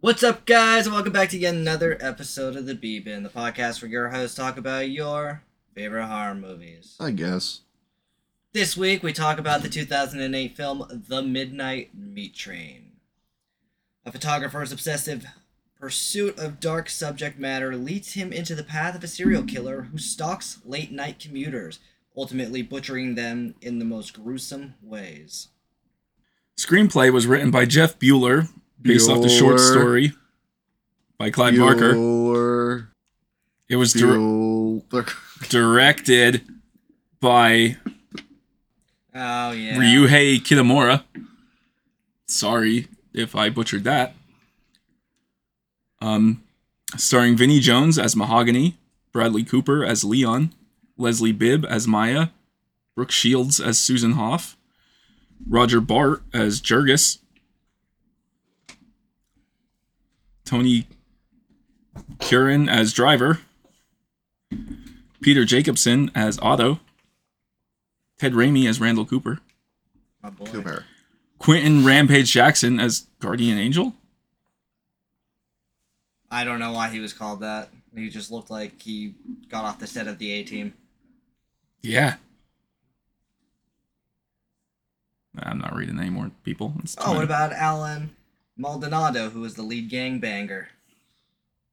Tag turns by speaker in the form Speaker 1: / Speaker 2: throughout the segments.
Speaker 1: What's up, guys? Welcome back to yet another episode of the B Bin, the podcast where your hosts talk about your favorite horror movies.
Speaker 2: I guess.
Speaker 1: This week, we talk about the 2008 film The Midnight Meat Train. A photographer's obsessive pursuit of dark subject matter leads him into the path of a serial killer who stalks late night commuters, ultimately butchering them in the most gruesome ways.
Speaker 3: Screenplay was written by Jeff Bueller, based off the short
Speaker 2: Bueller.
Speaker 3: story by Clive Barker.
Speaker 2: Bueller.
Speaker 3: It was dir-
Speaker 2: Bueller.
Speaker 3: directed by
Speaker 1: Oh, yeah.
Speaker 3: Ryuhei Kitamura. Sorry if I butchered that. Um, starring Vinnie Jones as Mahogany, Bradley Cooper as Leon, Leslie Bibb as Maya, Brooke Shields as Susan Hoff, Roger Bart as Jurgis, Tony Curran as Driver, Peter Jacobson as Otto, Ted Raimi as Randall Cooper.
Speaker 1: My boy.
Speaker 2: Cooper.
Speaker 3: Quentin Rampage Jackson as Guardian Angel.
Speaker 1: I don't know why he was called that. He just looked like he got off the set of the A team.
Speaker 3: Yeah. I'm not reading anymore, people. It's
Speaker 1: Oh, what
Speaker 3: time.
Speaker 1: about Alan Maldonado, who was the lead gangbanger?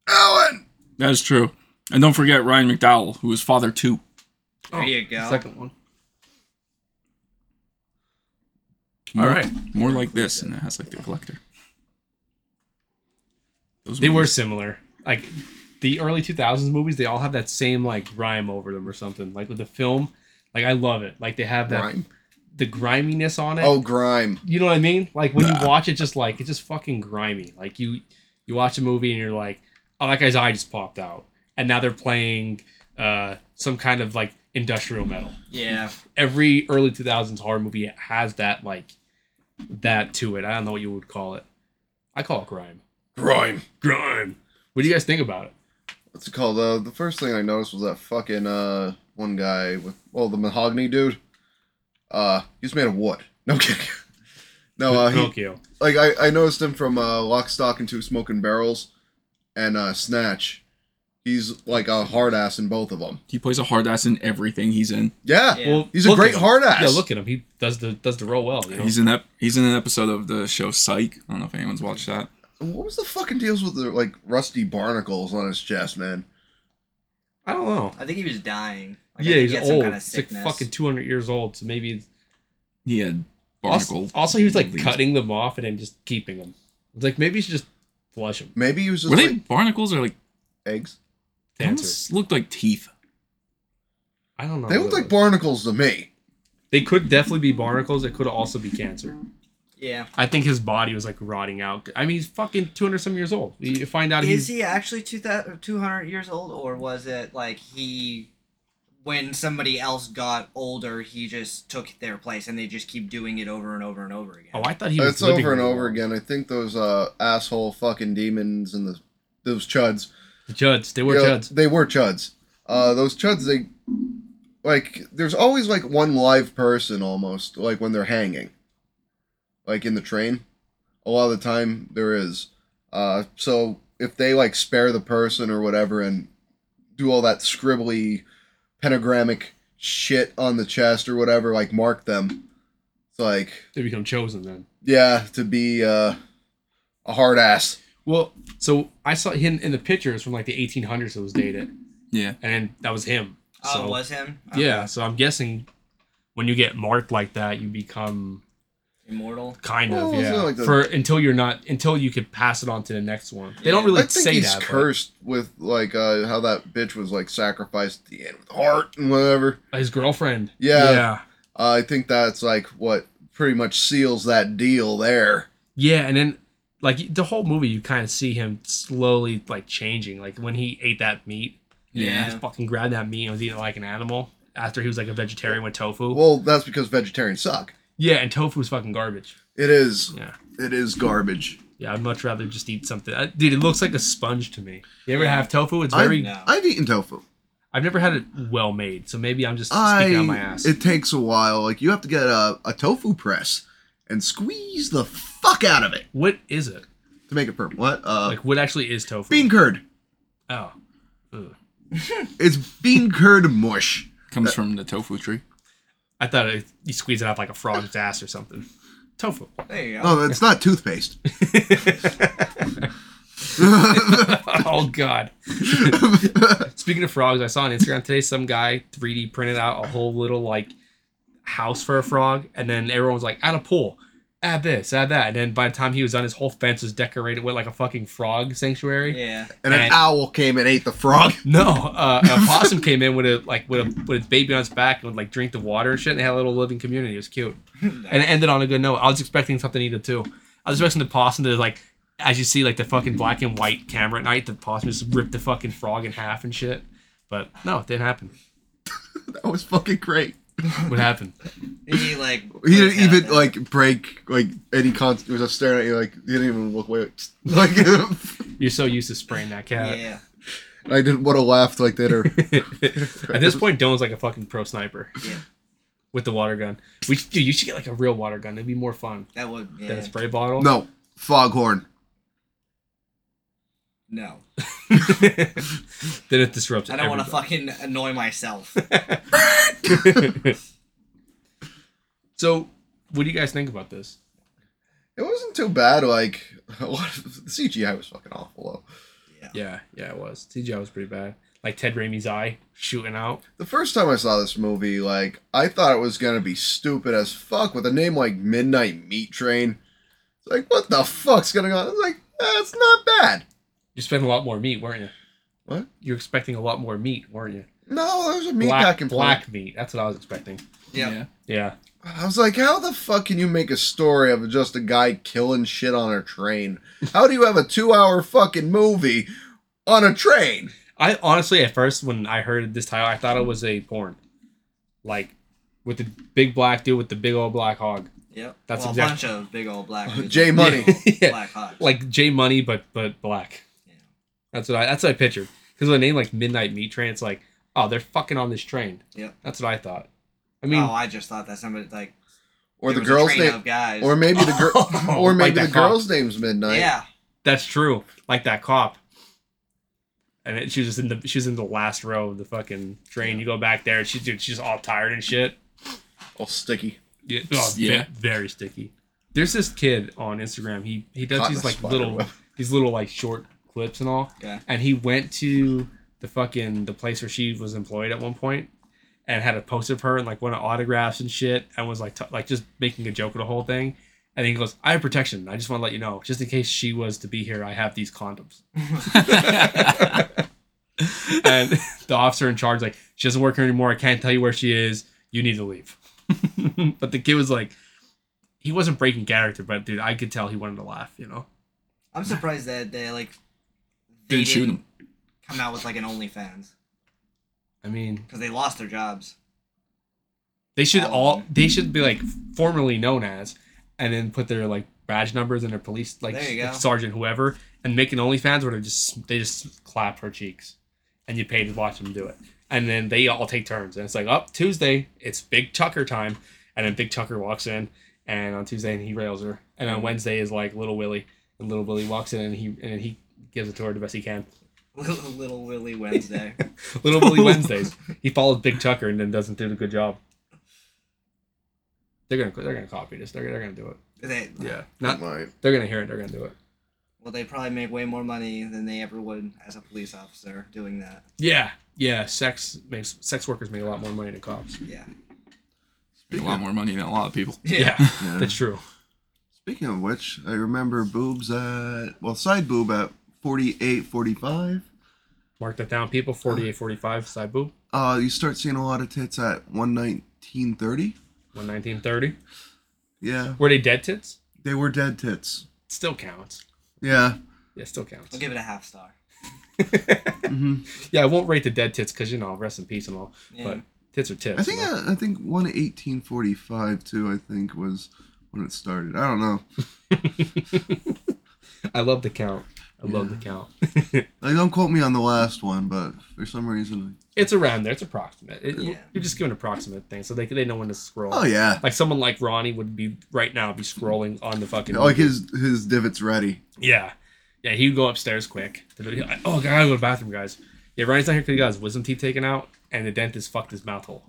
Speaker 2: Alan.
Speaker 3: that is true. And don't forget Ryan McDowell, who was father too.
Speaker 1: There you go.
Speaker 4: Second one.
Speaker 3: More,
Speaker 4: All right.
Speaker 3: More like this, and it has like the collector. Those
Speaker 4: They were
Speaker 3: movies-
Speaker 4: similar. Like the early 2000s movies, they all have that same like grime over them or something. Like with the film, like I love it. Like they have that
Speaker 2: Grime.
Speaker 4: the griminess on it.
Speaker 2: Oh, grime.
Speaker 4: You know what I mean? Like when
Speaker 3: Nah.
Speaker 4: you watch it, just like it's just fucking grimy. Like you you watch a movie and you're like, oh, that guy's eye just popped out, and now they're playing uh some kind of like industrial metal.
Speaker 1: Yeah.
Speaker 4: Every early 2000s horror movie has that like that to it. I don't know what you would call it. I call it grime.
Speaker 2: Grime.
Speaker 4: Grime. What do you guys think about it?
Speaker 2: What's it called? Uh, the first thing I noticed was that fucking uh one guy with well the mahogany dude. Uh, he's made of wood. No kidding. No, uh, he,
Speaker 4: Pinocchio.
Speaker 2: like I, I noticed him from uh, Lock, Stock, and Two Smoking Barrels, and uh, Snatch. He's like a hard ass in both of them.
Speaker 3: He plays a hard ass in everything he's in.
Speaker 2: Yeah,
Speaker 1: Yeah.
Speaker 2: he's a
Speaker 4: look
Speaker 2: great
Speaker 4: at him.
Speaker 2: hard ass.
Speaker 4: Yeah, look at him. He does the does the role well. You know?
Speaker 3: He's in that. He's in an episode of the show Psych. I don't know if anyone's watched that.
Speaker 2: What was the fucking deals with the like rusty barnacles on his chest, man?
Speaker 4: I don't know.
Speaker 1: I think he was dying. Like, I
Speaker 4: yeah,
Speaker 1: think
Speaker 4: he's
Speaker 1: he had
Speaker 4: old.
Speaker 1: kinda
Speaker 4: He's like fucking two hundred years old. So maybe it's,
Speaker 3: He had
Speaker 4: also,
Speaker 3: barnacle.
Speaker 4: also he was like
Speaker 3: leaves.
Speaker 4: cutting them off and then just keeping them. It's like maybe you should just flush them.
Speaker 2: Maybe he was just
Speaker 3: Were they
Speaker 2: like
Speaker 3: barnacles or like?
Speaker 2: eggs.
Speaker 3: They almost looked like teeth.
Speaker 4: I don't know.
Speaker 2: They look like barnacles to me.
Speaker 4: they could definitely be barnacles. It could also be cancer.
Speaker 1: Yeah.
Speaker 4: I think his body was like rotting out. I mean, he's fucking two hundred some years old. You find out
Speaker 1: Is
Speaker 4: he's
Speaker 1: he actually 2000 200 years old, or was it like he, when somebody else got older, he just took their place and they just keep doing it over and over and over again?
Speaker 4: oh, I thought he was.
Speaker 2: It's
Speaker 4: living
Speaker 2: over and
Speaker 4: really
Speaker 2: over
Speaker 4: long.
Speaker 2: again. I think those uh asshole fucking demons and the those chuds.
Speaker 4: The Judds. They were
Speaker 2: you know,
Speaker 4: Judds.
Speaker 2: They were chuds. Uh, those chuds. They like. There's always like one live person almost like when they're hanging, like in the train. A lot of the time there is. Uh, so if they like spare the person or whatever and do all that scribbly, pentagrammic shit on the chest or whatever, like mark them. It's like
Speaker 4: They become chosen then.
Speaker 2: yeah, to be uh, a hard ass.
Speaker 4: Well, so I saw him in the pictures from like the 1800s. It was dated,
Speaker 3: Yeah.
Speaker 4: and that was him.
Speaker 1: Oh,
Speaker 4: so,
Speaker 1: it was him?
Speaker 4: yeah. So I'm guessing when you get marked like that, you become
Speaker 1: Immortal?
Speaker 4: kind
Speaker 2: Well,
Speaker 4: of
Speaker 2: it's
Speaker 4: yeah
Speaker 2: not like the-
Speaker 4: for until you're not until you could pass it on to the next one. They don't
Speaker 1: Yeah.
Speaker 4: really
Speaker 2: I think
Speaker 4: say
Speaker 2: he's
Speaker 4: that. but
Speaker 2: cursed with like uh, how that bitch was like sacrificed at the end with heart and whatever.
Speaker 4: His girlfriend.
Speaker 2: Yeah.
Speaker 4: Yeah.
Speaker 2: Uh, I think that's like what pretty much seals that deal there.
Speaker 4: Yeah, and then like the whole movie, you kind of see him slowly like changing. Like when he ate that meat,
Speaker 3: Yeah.
Speaker 4: he fucking grabbed that meat and was eating it like an animal. After he was like a vegetarian with tofu.
Speaker 2: Well, that's because vegetarians suck.
Speaker 4: yeah, and tofu's fucking garbage.
Speaker 2: It is.
Speaker 4: Yeah.
Speaker 2: It is garbage.
Speaker 4: Yeah, I'd much rather just eat something. I, dude, it looks like a sponge to me. You ever have tofu? It's
Speaker 2: I-
Speaker 4: very.
Speaker 1: No.
Speaker 2: I've eaten tofu.
Speaker 4: I've never had it well made, so maybe I'm just
Speaker 2: I.
Speaker 4: speaking out my ass.
Speaker 2: It takes a while. Like you have to get a, a tofu press and squeeze the fuck out of it.
Speaker 4: what is it?
Speaker 2: to make it purple. What? Uh,
Speaker 4: Like what actually is tofu?
Speaker 2: bean curd.
Speaker 4: Oh, Ugh.
Speaker 2: It's bean curd mush.
Speaker 1: Uh,
Speaker 3: Comes from the tofu tree.
Speaker 4: I thought it, you squeeze it out like a frog's ass or something. Tofu.
Speaker 1: There you go.
Speaker 2: No, it's not toothpaste.
Speaker 4: oh God. Speaking of frogs, I saw on Instagram today some guy 3D printed out a whole little like house for a frog, and then everyone was like, add a pool, add this, add that, and then by the time he was done, his whole fence was decorated with like a fucking frog sanctuary.
Speaker 1: Yeah.
Speaker 2: And an
Speaker 4: And-
Speaker 2: owl came and ate the frog.
Speaker 4: No, uh, a possum came in with a like with a with its baby on its back and would like drink the water and shit. And they had a little living community. It was cute, and it ended on a good note. I was expecting something either too. I was expecting the possum to like, as you see like the fucking black and white camera at night, the possum just ripped the fucking frog in half and shit. But no, it didn't happen.
Speaker 2: That was fucking great.
Speaker 4: What happened?
Speaker 1: He like
Speaker 2: He
Speaker 1: breaks
Speaker 2: didn't
Speaker 1: out
Speaker 2: even
Speaker 1: that-
Speaker 2: like break like any con. He was just staring at you like he didn't even look away. Like
Speaker 4: You're so used to spraying that cat.
Speaker 1: Yeah.
Speaker 2: I didn't want to laugh like later.
Speaker 4: At this point, Dylan's like a fucking pro sniper
Speaker 1: Yeah.
Speaker 4: with the water gun. We, dude, you should get like a real water gun. It'd be more fun
Speaker 1: That would yeah.
Speaker 4: than a spray bottle.
Speaker 2: No, foghorn.
Speaker 1: No.
Speaker 4: then it disrupts.
Speaker 1: I don't want to fucking annoy myself.
Speaker 4: everybody. so, what do you guys think about this?
Speaker 2: It wasn't too bad. Like a lot of, the CGI was fucking awful though.
Speaker 4: Yeah, yeah, it was. CGI was pretty bad. Like Ted Raimi's eye shooting out.
Speaker 2: The first time I saw this movie, like I thought it was gonna be stupid as fuck with a name like Midnight Meat Train. It's like what the fuck's going on? It's like that's not bad.
Speaker 4: You spent a lot more meat, weren't you?
Speaker 2: What?
Speaker 4: You're expecting a lot more meat, weren't you?
Speaker 2: No, there's a meat
Speaker 4: Black,
Speaker 2: packing plant.
Speaker 4: black meat. That's what I was expecting.
Speaker 1: Yeah.
Speaker 4: Yeah.
Speaker 2: I was like, how the fuck can you make a story of just a guy killing shit on a train? How do you have a two-hour fucking movie on a train?
Speaker 4: I honestly, at first, when I heard this title, I thought it was a porn, like with the big black dude with the big old black hog,
Speaker 1: Yep.
Speaker 4: That's
Speaker 1: well,
Speaker 4: exact-
Speaker 1: a bunch of big old black. dudes.
Speaker 2: J Money.
Speaker 4: Yeah.
Speaker 1: Black hot.
Speaker 4: like J Money, but but black.
Speaker 1: Yeah.
Speaker 4: That's what I that's what I pictured. Because with a name like Midnight Meat Train, it's like, oh, they're fucking on this train.
Speaker 1: Yep.
Speaker 4: That's what I thought. I mean,
Speaker 1: oh, I just thought that somebody like
Speaker 2: Or
Speaker 1: there
Speaker 2: the
Speaker 1: was a
Speaker 2: girl's
Speaker 1: train
Speaker 2: name
Speaker 1: of guys.
Speaker 2: or maybe the girl or
Speaker 4: Like
Speaker 2: maybe
Speaker 4: that
Speaker 2: the
Speaker 4: cop.
Speaker 2: girl's name's Midnight.
Speaker 1: yeah.
Speaker 4: that's true. Like that cop. And it, she was just in the she was in the last row of the fucking train. You go back there, and she's dude, she's all tired and shit.
Speaker 2: All Oh, sticky.
Speaker 4: Yeah, oh, ve-
Speaker 3: Yeah.
Speaker 4: very sticky. There's this kid on Instagram. He he does
Speaker 2: Caught in
Speaker 4: these
Speaker 2: a
Speaker 4: like
Speaker 2: spider
Speaker 4: little
Speaker 2: web.
Speaker 4: these little like short clips and all.
Speaker 1: Okay.
Speaker 4: And he went to the fucking the place where she was employed at one point, and had a post of her and like one of autographs and shit, and was like t- like just making a joke of the whole thing. And he goes, "I have protection. I just want to let you know, just in case she was to be here, I have these condoms." and the officer in charge like, "She doesn't work here anymore. I can't tell you where she is. You need to leave." but the kid was like, he wasn't breaking character, but dude, I could tell he wanted to laugh. You know?
Speaker 1: I'm surprised that they like they
Speaker 3: Didn't shoot
Speaker 1: didn't
Speaker 3: him.
Speaker 1: come out with like an OnlyFans
Speaker 4: I mean,
Speaker 1: because they lost their jobs.
Speaker 4: They should
Speaker 1: Um,
Speaker 4: all they should be like formerly known as, and then put their like badge numbers and their police like
Speaker 1: There you go.
Speaker 4: sergeant whoever, and make an OnlyFans where they just they just clap her cheeks, and you pay to watch them do it, and then they all take turns, and it's like up Tuesday it's Big Tucker time, and then Big Tucker walks in, and on Tuesday and he rails her, and
Speaker 1: Mm.
Speaker 4: on Wednesday is like Little Willie, and Little Willie walks in and he and he gives it to her the best he can.
Speaker 1: Little, little Willy Wednesday.
Speaker 4: Little Willie Wednesdays. He follows Big Tucker and then doesn't do a good job. They're gonna they're gonna copy this. They're, they're gonna do it.
Speaker 1: they,
Speaker 4: Yeah. Not
Speaker 2: Right.
Speaker 4: they're gonna hear it. They're gonna do it.
Speaker 1: Well, they probably make way more money than they ever would as a police officer doing that.
Speaker 4: Yeah. Yeah. Sex makes sex workers make a lot more money than cops.
Speaker 1: Yeah.
Speaker 3: Made a lot more money than a lot of people.
Speaker 4: Yeah.
Speaker 2: Yeah.
Speaker 4: That's true.
Speaker 2: Speaking of which, I remember boobs at well side boob at 48, 45.
Speaker 4: Mark that down, people. 48, 45, side boob.
Speaker 2: Uh, you start seeing a lot of tits at 119, 30.
Speaker 4: 119, 30.
Speaker 2: Yeah,
Speaker 4: Were they dead tits?
Speaker 2: they were dead tits.
Speaker 4: Still counts.
Speaker 2: Yeah,
Speaker 4: Yeah, still counts.
Speaker 1: I'll give it a half star.
Speaker 2: Mm-hmm.
Speaker 4: Yeah, I won't rate the dead tits because you know, rest in peace and all.
Speaker 1: Yeah.
Speaker 4: But tits are tits.
Speaker 2: I think
Speaker 4: you know?
Speaker 2: uh, I think 118.45 too. I think was when it started. I don't know.
Speaker 4: I love the count. I love the count.
Speaker 2: Like, don't quote me on the last one, but for some reason,
Speaker 4: it's around there. It's approximate. It,
Speaker 1: Yeah.
Speaker 4: You're just giving approximate thing, so they they know when to scroll.
Speaker 2: oh yeah,
Speaker 4: Like
Speaker 2: Oh,
Speaker 4: someone like Ronnie would be right now be scrolling on the fucking
Speaker 2: like his his divot's ready.
Speaker 4: yeah. Yeah, he'd go upstairs quick. To the, oh, God, I gotta go to the bathroom, guys. Yeah, Ryan's not here because he got his wisdom teeth taken out, and the dentist fucked his mouth hole.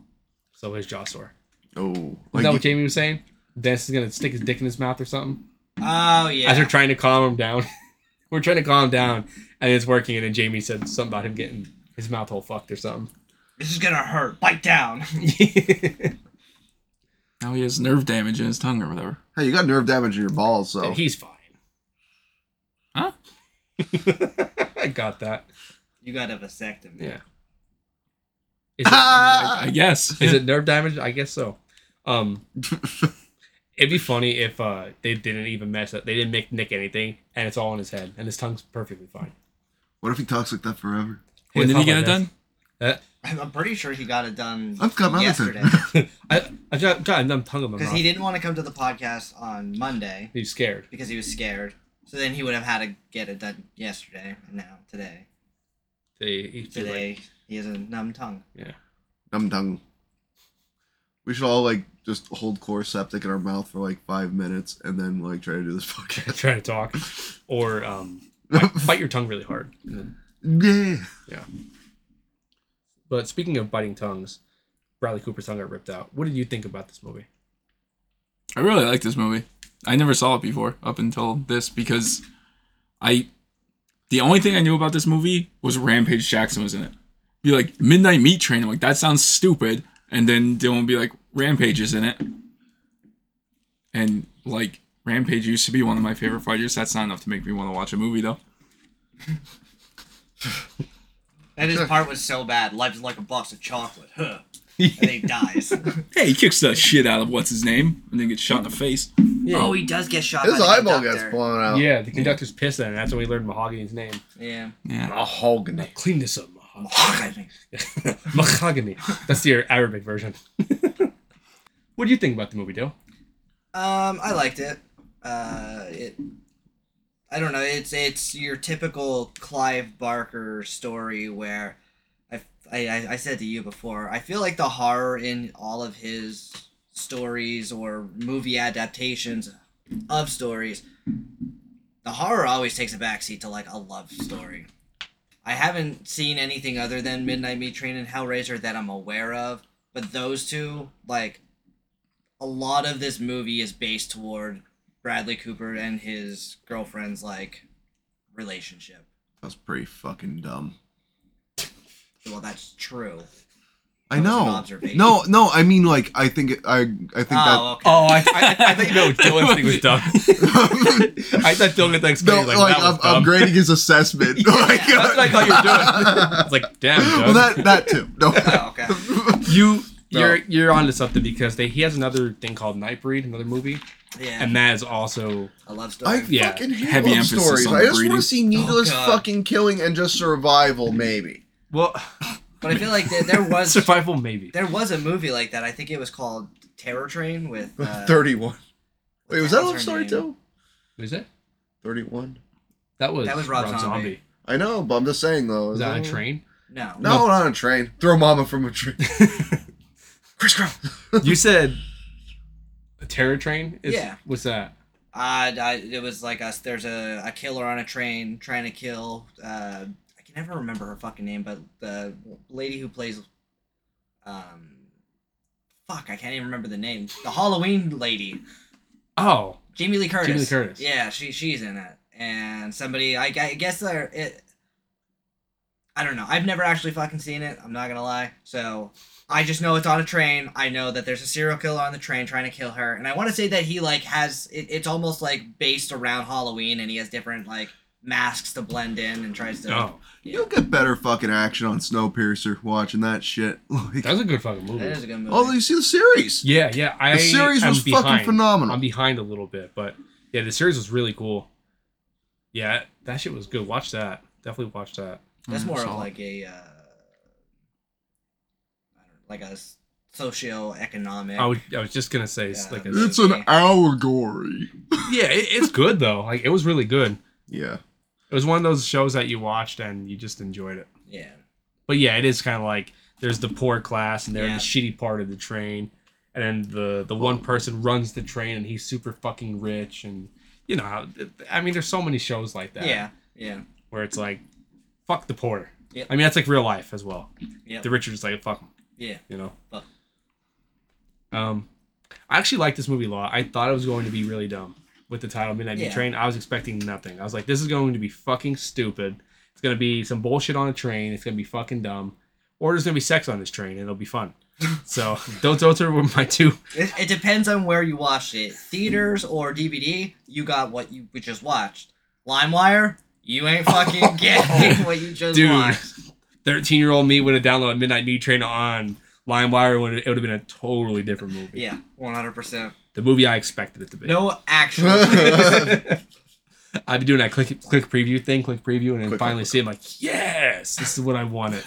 Speaker 4: So his jaw sore.
Speaker 2: Oh,
Speaker 4: Isn't that what
Speaker 2: like,
Speaker 4: Jamie was saying? Dentist is gonna stick his dick in his mouth or something.
Speaker 1: Oh yeah.
Speaker 4: As we're trying to calm him down, we're trying to calm him down, and it's working. And then Jamie said something about him getting his mouth hole fucked or something.
Speaker 1: this is gonna hurt. Bite down.
Speaker 4: and
Speaker 3: Now he has nerve damage in his tongue or whatever.
Speaker 2: hey, you got nerve damage in your balls, so
Speaker 4: he's fine.
Speaker 3: Huh?
Speaker 4: I got that.
Speaker 1: You got a vasectomy.
Speaker 4: Yeah. Is it,
Speaker 2: Ah!
Speaker 3: I guess.
Speaker 4: is it nerve damage? I guess so. Um, it'd be funny if uh, they didn't even mess up. They didn't make Nick anything, and it's all in his head, and his tongue's perfectly fine.
Speaker 2: what if he talks like that forever?
Speaker 3: when did he get it
Speaker 4: He's
Speaker 3: done?
Speaker 1: I'm I'm pretty sure he got it done
Speaker 2: I've got my lizard.
Speaker 1: yesterday
Speaker 4: I, Uh, I got, got a numb tongue in my
Speaker 1: because
Speaker 4: mouth.
Speaker 1: he
Speaker 4: He
Speaker 1: didn't want to come to the podcast on Monday
Speaker 4: He's scared.
Speaker 1: because he was scared. So then he would have had to get it done yesterday and now today.
Speaker 4: They, he feel like-
Speaker 1: Today he has a numb tongue.
Speaker 2: Dum dum. We should all like just hold core septic in our mouth for like five minutes and then like try to do this podcast.
Speaker 4: trying to talk, or um, bite, bite your tongue really hard.
Speaker 2: yeah.
Speaker 4: But speaking of biting tongues, Bradley Cooper's tongue got ripped out. What did you think about this movie?
Speaker 3: I really like this movie. I never saw it before up until this because I the only thing I knew about this movie was Rampage Jackson was in it. Be like Midnight Meat Train. I'm like that sounds stupid, and then Dylan would be like Rampage is in it, and like Rampage used to be one of my favorite fighters. That's not enough to make me want to watch a movie though.
Speaker 1: And his part was so bad. Life's like a box of chocolate. Huh. And then he dies.
Speaker 3: Hey, he kicks the shit out of what's his name, and then gets shot in the face.
Speaker 4: Yeah.
Speaker 1: Oh, he does get shot. by
Speaker 2: His
Speaker 1: the
Speaker 2: eyeball
Speaker 1: conductor.
Speaker 2: gets blown out.
Speaker 4: yeah, the conductor's pissed at him. That's when we learned Mahogany's name.
Speaker 1: Yeah.
Speaker 3: Yeah,
Speaker 2: Mahogany.
Speaker 4: Clean this up, Mahogany. Mahogany. That's the Arabic version. what do you think about the movie, Dale?
Speaker 1: Um, I liked it. Uh, it. I don't know. It's it's your typical Clive Barker story where, I I I I said to you before. I feel like the horror in all of his stories or movie adaptations of stories, the horror always takes a backseat to like a love story. I haven't seen anything other than Midnight Meat Train and Hellraiser that I'm aware of, but those two like a lot of this movie is based toward Bradley Cooper and his girlfriend's like relationship.
Speaker 2: That's pretty fucking dumb.
Speaker 1: Well, that's true. That was
Speaker 2: I
Speaker 1: an
Speaker 2: know.
Speaker 1: observation.
Speaker 2: No, no. I mean, like, I think it, I, I think
Speaker 1: Oh, okay.
Speaker 4: Oh, I, I, I think no, Dylan's thing was dumb.
Speaker 2: that.
Speaker 4: I thought Dylan had
Speaker 2: no,
Speaker 4: explained
Speaker 2: like,
Speaker 4: like, like that
Speaker 2: up,
Speaker 4: was dumb.
Speaker 2: upgrading his assessment. like,
Speaker 1: that's
Speaker 4: That's what I thought you were doing. It's like, damn, Dylan.
Speaker 2: well, that that too. No.
Speaker 1: Oh, okay.
Speaker 4: you
Speaker 2: No.
Speaker 4: you're you're onto something because they, he has another thing called Nightbreed, another movie,
Speaker 1: Yeah,
Speaker 4: and that is also
Speaker 1: I love story.
Speaker 2: I
Speaker 4: Yeah.
Speaker 2: fucking hate
Speaker 3: Heavy
Speaker 2: love
Speaker 3: emphasis
Speaker 2: stories.
Speaker 3: on
Speaker 2: I
Speaker 3: the
Speaker 2: just want
Speaker 3: breeding.
Speaker 2: to see needless
Speaker 1: Oh, God.
Speaker 2: fucking killing and just survival, maybe.
Speaker 4: well
Speaker 1: but I feel like there, there was
Speaker 4: survival maybe.
Speaker 1: there was a movie like that. I think it was called Terror Train with uh,
Speaker 2: Thirty-one.
Speaker 1: what
Speaker 2: Wait,
Speaker 1: the
Speaker 2: was that a
Speaker 1: hell's
Speaker 2: love
Speaker 1: her
Speaker 2: story
Speaker 1: name?
Speaker 2: too?
Speaker 4: What is that?
Speaker 2: Thirty-one.
Speaker 4: That was
Speaker 1: That was Rob Zombie.
Speaker 2: I know, but I'm just saying though.
Speaker 4: Was
Speaker 2: is
Speaker 4: that on a
Speaker 2: it-
Speaker 4: train?
Speaker 1: No.
Speaker 2: No, not on a train. Throw mama from a train.
Speaker 4: Chris Crown. you said a terror train. Is,
Speaker 1: Yeah.
Speaker 4: What's that?
Speaker 1: I, I, it was like us. There's a, a killer on a train trying to kill. Uh, I can never remember her fucking name, but the lady who plays, um, fuck, I can't even remember the name. The Halloween lady,
Speaker 4: Oh,
Speaker 1: Jamie Lee Curtis.
Speaker 4: Jamie Lee Curtis.
Speaker 1: Yeah, she she's in it, and somebody. I, gu- I guess there. It. I don't know. I've never actually fucking seen it. I'm not gonna lie. So. I just know it's on a train. I know that there's a serial killer on the train trying to kill her, and I want to say that he like has it, it's almost like based around Halloween, and he has different like masks to blend in and tries to.
Speaker 4: oh,
Speaker 2: You'll get better fucking action on Snowpiercer watching that shit. Like,
Speaker 4: that was a good fucking movie.
Speaker 1: That is a good movie.
Speaker 2: oh, you see the series?
Speaker 4: yeah, yeah. I
Speaker 2: The series
Speaker 4: am
Speaker 2: was
Speaker 4: behind.
Speaker 2: fucking phenomenal.
Speaker 4: I'm behind a little bit, but yeah, the series was really cool. Yeah, that shit was good. Watch that. Definitely watch that.
Speaker 1: That's
Speaker 3: Mm,
Speaker 1: more of
Speaker 3: solid.
Speaker 1: like a, uh, I don't like a s- socio-economic.
Speaker 4: I was I was just gonna say it's
Speaker 1: Yeah.
Speaker 4: like a,
Speaker 1: It's an
Speaker 2: allegory.
Speaker 4: yeah, it, it's good though. Like it was really good.
Speaker 2: Yeah.
Speaker 4: It was one of those shows that you watched and you just enjoyed it.
Speaker 1: yeah.
Speaker 4: But yeah, it is kind of like there's the poor class and they're in
Speaker 1: Yeah.
Speaker 4: the shitty part of the train, and then the the one person runs the train and he's super fucking rich and you know, how- I mean, there's so many shows like that.
Speaker 1: Yeah. Yeah.
Speaker 4: where it's like, fuck the poor.
Speaker 1: Yep.
Speaker 4: I mean, that's like real life as well.
Speaker 1: Yep.
Speaker 4: The rich are just like, fuck 'em,
Speaker 1: Yeah.
Speaker 4: you know?
Speaker 1: Fuck.
Speaker 4: Um, I actually liked this movie a lot. I thought it was going to be really dumb with the title Midnight Meat
Speaker 1: Yeah.
Speaker 4: Train. I was expecting nothing. I was like, this is going to be fucking stupid. It's going to be some bullshit on a train. It's going to be fucking dumb. Or there's going to be sex on this train. It'll be fun. So those, those are my two.
Speaker 1: It, it depends on where you watched it. Theaters or DVD, you got what you we just watched. LimeWire, you ain't fucking getting what you just
Speaker 4: Dude.
Speaker 1: watched.
Speaker 4: 13 year old me would have downloaded Midnight Meat Train on LimeWire. When it would have been a totally different movie.
Speaker 1: Yeah, one hundred percent.
Speaker 4: The movie I expected it to be.
Speaker 1: No actual.
Speaker 4: I'd be doing that click click preview thing, click preview, and then
Speaker 2: Click,
Speaker 4: finally
Speaker 2: click,
Speaker 4: see it. I'm like, yes, this is what I wanted.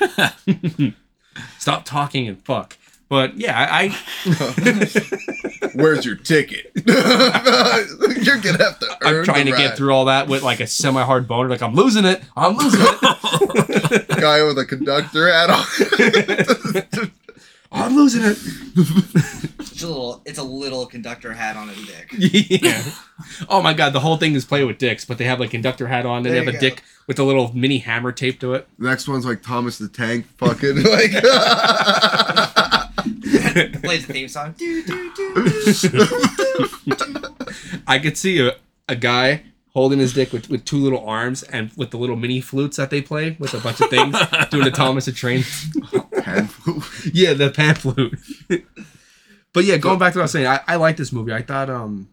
Speaker 4: Stop talking and fuck. But yeah, I, I
Speaker 2: Where's your ticket? You're gonna have to earn.
Speaker 4: I'm trying
Speaker 2: the
Speaker 4: to get
Speaker 2: ride.
Speaker 4: through all that with like a semi hard boner. Like I'm losing it. I'm losing it.
Speaker 2: guy with a conductor at all.
Speaker 4: I'm losing
Speaker 1: it's a little. It's a little conductor hat on his dick.
Speaker 4: it. yeah. Oh my god, the whole thing is play with dicks, but they have like conductor hat on, and
Speaker 1: There
Speaker 4: they have
Speaker 1: you go.
Speaker 4: a dick with a little mini hammer taped to it.
Speaker 2: Next one's like Thomas the Tank, fucking like.
Speaker 1: Plays the theme song. Do, do, do, do.
Speaker 4: I could see a, a guy holding his dick with, with two little arms and with the little mini flutes that they play with a bunch of things, doing the Thomas the Train. yeah, the pan flute. but yeah, going back to what I was saying, I, I like this movie. I thought um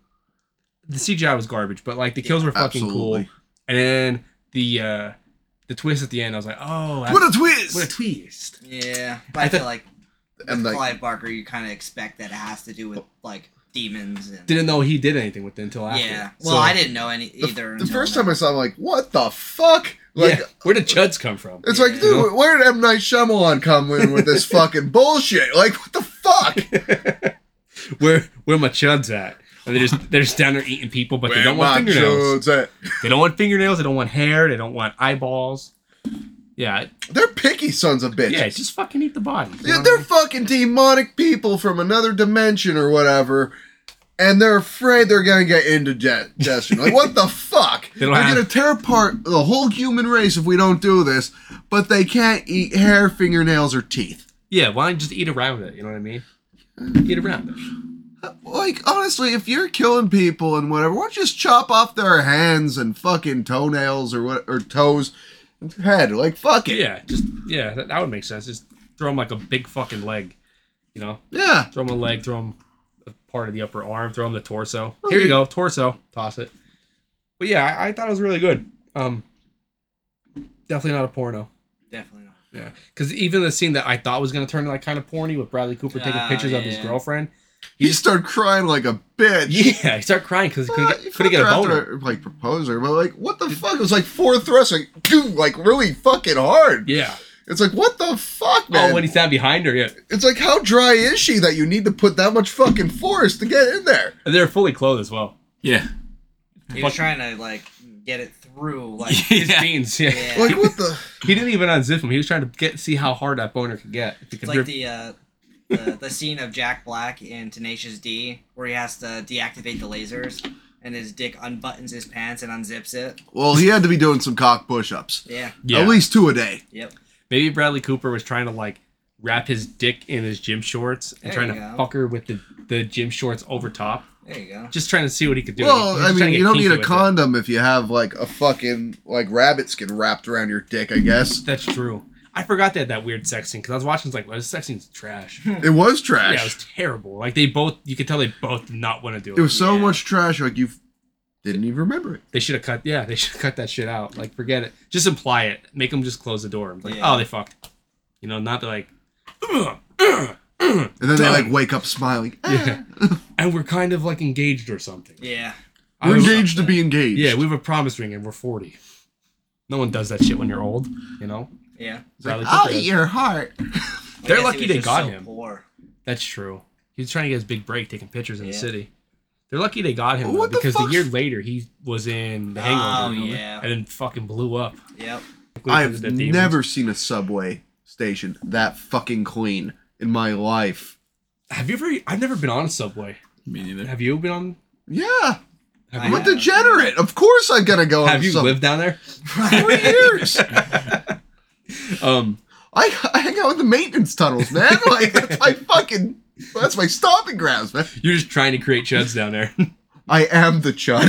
Speaker 4: the CGI was garbage, but like the kills were fucking
Speaker 2: Absolutely.
Speaker 4: cool. And then the uh the twist at the end, I was like, oh, that's-
Speaker 2: what a twist!
Speaker 4: what a twist.
Speaker 1: Yeah, but I feel like
Speaker 2: and like,
Speaker 1: Clive Barker, you kind of expect that it has to do with like demons and.
Speaker 4: Didn't know he did anything with it until after.
Speaker 1: yeah.
Speaker 4: So-
Speaker 1: Well, I didn't know any
Speaker 2: the,
Speaker 1: either.
Speaker 2: the
Speaker 1: until
Speaker 2: first
Speaker 1: now.
Speaker 2: time I saw, it, I'm like, what the fuck? Like,
Speaker 4: yeah, where did Chuds come from?
Speaker 2: it's like, dude, where did M Night Shyamalan come in with this fucking bullshit? Like, what the fuck?
Speaker 4: where where my chuds at? And they're just they're just down there eating people, but they don't want
Speaker 2: Where my
Speaker 4: fingernails.
Speaker 2: Jones at?
Speaker 4: They don't want fingernails. They don't want hair. They don't want eyeballs. Yeah,
Speaker 2: They're picky sons of bitches.
Speaker 4: yeah. Just fucking eat the body. You know
Speaker 2: Yeah,
Speaker 4: what I
Speaker 2: they're
Speaker 4: mean?
Speaker 2: fucking demonic people from another dimension or whatever, and they're afraid they're gonna get indigestion. Like, what the fuck?
Speaker 4: don't
Speaker 2: They're
Speaker 4: have-
Speaker 2: gonna tear apart the whole human race if we don't do this, but they can't eat hair, fingernails, or teeth.
Speaker 4: yeah. Why don't you just eat around it? You know what I mean? Eat around it.
Speaker 2: Like, honestly, if you're killing people and whatever, why don't you just chop off their hands and fucking toenails or what or toes and head? Like, fuck it.
Speaker 4: Yeah, just yeah. That, that would make sense. Just throw them like a big fucking leg. You know,
Speaker 2: Yeah.
Speaker 4: throw them a leg. Throw them a part of the upper arm. Throw them the torso. Here you go, torso. Toss it. But yeah, I, I thought it was really good. Um, definitely not a porno.
Speaker 1: Definitely not.
Speaker 4: Yeah, because even the scene that I thought was going to turn like kind of porny with Bradley Cooper taking
Speaker 1: Ah,
Speaker 4: pictures of his
Speaker 1: yeah.
Speaker 4: girlfriend.
Speaker 2: He, started crying like a bitch.
Speaker 4: Yeah, he started crying because he couldn't,
Speaker 2: Uh,
Speaker 4: get, couldn't get a
Speaker 2: after,
Speaker 4: boner.
Speaker 2: Like proposer, but like what the fuck? It was like four thrusts, like dude, like really fucking hard.
Speaker 4: Yeah.
Speaker 2: It's like what the fuck, man.
Speaker 4: Oh, when he sat behind her, yeah,
Speaker 2: it's like how dry is she that you need to put that much fucking force to get in there?
Speaker 4: and they're fully clothed as well.
Speaker 3: Yeah.
Speaker 1: He was trying to like get it through, like
Speaker 4: His
Speaker 3: Yeah.
Speaker 4: jeans, yeah.
Speaker 1: yeah.
Speaker 2: Like what the?
Speaker 4: He didn't even unzip him. He was trying to get see how hard that boner could get. If he could
Speaker 1: It's like
Speaker 4: rip-
Speaker 1: the, uh, the the scene of Jack Black in Tenacious D where he has to deactivate the lasers and his dick unbuttons his pants and unzips it.
Speaker 2: Well, he had to be doing some cock push-ups,
Speaker 1: Yeah.
Speaker 4: yeah.
Speaker 2: at least two a day.
Speaker 1: Yep.
Speaker 4: Maybe Bradley Cooper was trying to like wrap his dick in his gym shorts and
Speaker 1: There
Speaker 4: trying
Speaker 1: you
Speaker 4: to
Speaker 1: go.
Speaker 4: fuck her with the, the gym shorts over top.
Speaker 1: There you go.
Speaker 4: Just trying to see what he could do. He
Speaker 2: well,
Speaker 4: was
Speaker 2: I
Speaker 4: just
Speaker 2: mean,
Speaker 4: trying to
Speaker 2: you
Speaker 4: get
Speaker 2: don't need
Speaker 4: kinky
Speaker 2: a
Speaker 4: with it.
Speaker 2: condom if you have like a fucking like rabbit skin wrapped around your dick. I guess
Speaker 4: That's true. I forgot they had that weird sex scene because I was watching. It's like, well, this sex scene's trash. yeah,
Speaker 2: it was
Speaker 4: it
Speaker 2: trash.
Speaker 4: was terrible. Like they both, you could tell they both did not want to do it.
Speaker 2: it was so
Speaker 1: Yeah.
Speaker 2: much trash, like you f- didn't even remember it.
Speaker 4: They should have cut. Yeah, they should have cut that shit out. Like, forget it. Just imply it. Make them just close the door. Like,
Speaker 1: Yeah.
Speaker 4: oh, they fucked. You know, not the like.
Speaker 2: And then they
Speaker 4: Done.
Speaker 2: like wake up smiling.
Speaker 4: Yeah. and we're kind of like engaged or something.
Speaker 1: Yeah.
Speaker 4: I
Speaker 2: We're
Speaker 4: was- uh,
Speaker 2: engaged to be engaged.
Speaker 4: Yeah, we have a promise ring and we're forty. No one does that shit when you're old. You know.
Speaker 1: Yeah.
Speaker 4: Bradley
Speaker 2: I'll
Speaker 1: "Oh,
Speaker 4: Cooper
Speaker 2: eat
Speaker 4: does.
Speaker 2: your heart.
Speaker 1: I
Speaker 4: They're
Speaker 1: guess he
Speaker 4: lucky
Speaker 1: was
Speaker 4: they
Speaker 1: just
Speaker 4: got
Speaker 1: so
Speaker 4: him.
Speaker 1: Poor.
Speaker 4: That's true. He was trying to get his big break taking pictures in the
Speaker 1: Yeah.
Speaker 4: city. They're lucky they got him though,
Speaker 2: What the
Speaker 4: because the,
Speaker 2: fuck?
Speaker 4: year later he was in The
Speaker 1: Oh,
Speaker 4: Hangover remember?
Speaker 1: yeah.
Speaker 4: and then fucking blew up.
Speaker 1: Yep.
Speaker 2: I
Speaker 4: The
Speaker 2: have
Speaker 4: demons.
Speaker 2: never seen a subway station that fucking clean in my life.
Speaker 4: Have you ever? I've never been on a subway.
Speaker 3: Me neither.
Speaker 4: Have you been on?
Speaker 2: Yeah.
Speaker 4: Have
Speaker 1: I
Speaker 4: you-
Speaker 2: I'm a
Speaker 1: have-
Speaker 2: degenerate. Of course I'm gonna go.
Speaker 4: Have
Speaker 2: on
Speaker 4: you
Speaker 2: some-
Speaker 4: lived down there?
Speaker 2: Four years.
Speaker 4: Um,
Speaker 2: I, I hang out with the maintenance tunnels, man. Like that's my fucking. That's my stomping grounds, man.
Speaker 4: you're just trying to create chuds down there.
Speaker 2: I am the chud.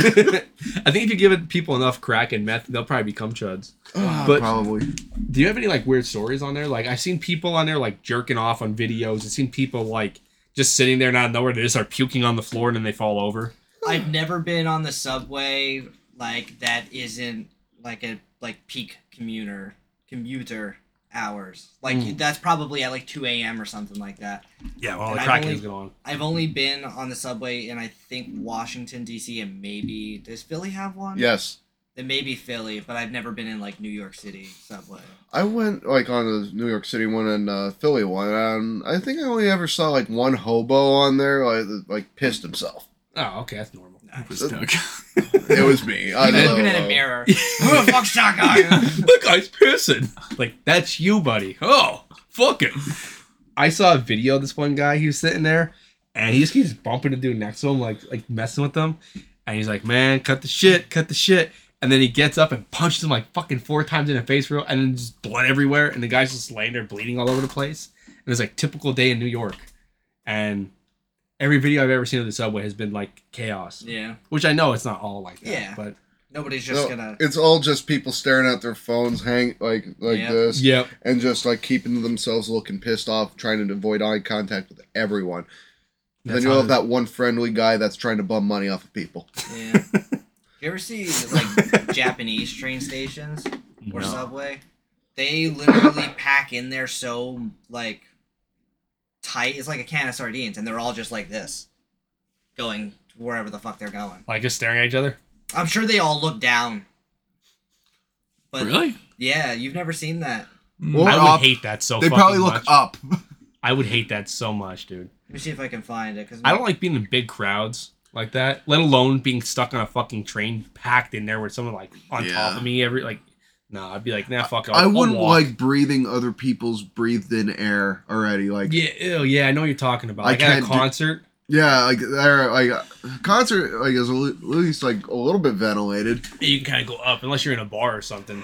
Speaker 4: I think if you give it people enough crack and meth, they'll probably become chuds.
Speaker 2: Ah,
Speaker 4: But-
Speaker 2: probably.
Speaker 4: Do you have any like weird stories on there? Like I've seen people on there like jerking off on videos. I've seen people like just sitting there not nowhere. They just start puking on the floor and then they fall over.
Speaker 1: I've never been on the subway like that isn't like a like peak commuter commuter hours. Like
Speaker 4: Mm.
Speaker 1: that's probably at like two a.m. or something like that.
Speaker 4: Yeah, well,
Speaker 1: And
Speaker 4: the
Speaker 1: I've
Speaker 4: crack
Speaker 1: only-
Speaker 4: is going on.
Speaker 1: I've only been on the subway in I think Washington D.C. and maybe does Philly have one?
Speaker 2: Yes,
Speaker 1: Then maybe Philly, but I've never been in like New York City subway.
Speaker 2: I went like on the New York City one and uh, Philly one. Um, I think I only ever saw like one hobo on there, like that, like pissed himself.
Speaker 4: Oh, okay, that's normal.
Speaker 3: Was Doug.
Speaker 2: It was me. I
Speaker 1: I'm
Speaker 2: don't
Speaker 1: looking at
Speaker 2: know.
Speaker 1: a mirror. Who the fuck's that guy?
Speaker 4: the guy's pissing. Like, that's you, buddy. Oh, fuck it. I saw a video of this one guy. He was sitting there and he just keeps bumping the dude next to him, like like messing with them. And he's like, man, cut the shit, cut the shit. And then he gets up and punches him like fucking four times in the face, real, and then just blood everywhere. And the guy's just laying there bleeding all over the place. And it's like typical day in New York. And every video I've ever seen of the subway has been like chaos,
Speaker 1: yeah.
Speaker 4: which I know it's not all like that.
Speaker 1: Yeah.
Speaker 4: But
Speaker 1: Nobody's just
Speaker 2: No,
Speaker 1: gonna.
Speaker 2: It's all just people staring at their phones, hang like like
Speaker 1: Yeah.
Speaker 2: this,
Speaker 4: yeah,
Speaker 2: and just like keeping themselves looking pissed off, trying to avoid eye contact with everyone. then you'll have that one friendly guy that's trying to bum money off of people.
Speaker 1: Yeah. you ever see like Japanese train stations or subway? They literally pack in there so like tight. It's like a can of sardines, and they're all just like this, going wherever the fuck they're going.
Speaker 4: Like just staring at each other.
Speaker 1: I'm sure they all look down. But
Speaker 3: really? Hmm.
Speaker 1: yeah, you've never seen that.
Speaker 2: Or
Speaker 4: I would
Speaker 2: up.
Speaker 4: hate that so.
Speaker 2: They
Speaker 4: fucking
Speaker 2: probably look
Speaker 4: much.
Speaker 2: up.
Speaker 4: I would hate that so much, dude.
Speaker 1: Let me see if I can find it because
Speaker 4: I don't like being in big crowds like that. Let alone being stuck on a fucking train packed in there with someone like on top
Speaker 2: Yeah.
Speaker 4: of me every like. No, I'd be like, nah, fuck. I'll,
Speaker 2: I wouldn't
Speaker 4: I'll walk.
Speaker 2: like breathing other people's breathed in air already. Like
Speaker 4: Yeah, ew, yeah, I know what you're talking about.
Speaker 2: I
Speaker 4: Like at a
Speaker 2: can't do-
Speaker 4: concert.
Speaker 2: Yeah, like there, like concert, like is at least like a little bit ventilated.
Speaker 4: you can kind of go up unless you're in a bar or something.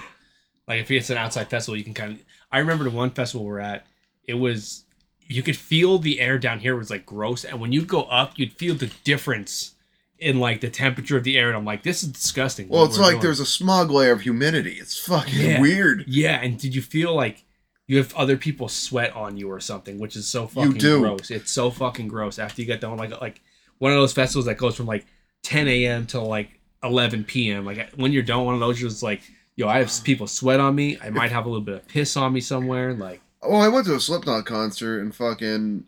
Speaker 4: Like if it's an outside festival, you can kind of. I remember the one festival we're at. It was you could feel the air down here was like gross, and when you go up, you'd feel the difference in like the temperature of the air. And I'm like, this is disgusting.
Speaker 2: Well,
Speaker 4: what
Speaker 2: it's
Speaker 4: we're
Speaker 2: like
Speaker 4: doing.
Speaker 2: there's a smog layer of humidity. It's fucking
Speaker 4: Yeah.
Speaker 2: weird.
Speaker 4: Yeah, and did you feel like you have other people sweat on you or something, which is so fucking
Speaker 2: do.
Speaker 4: gross. It's so fucking gross after you get done like like one of those festivals that goes from like 10 a.m. to like 11 p.m. Like when you're done one of those, you're just like, yo, I have s- people sweat on me. I might have a little bit of piss on me somewhere. Like,
Speaker 2: Well, I went to a Slipknot concert and fucking,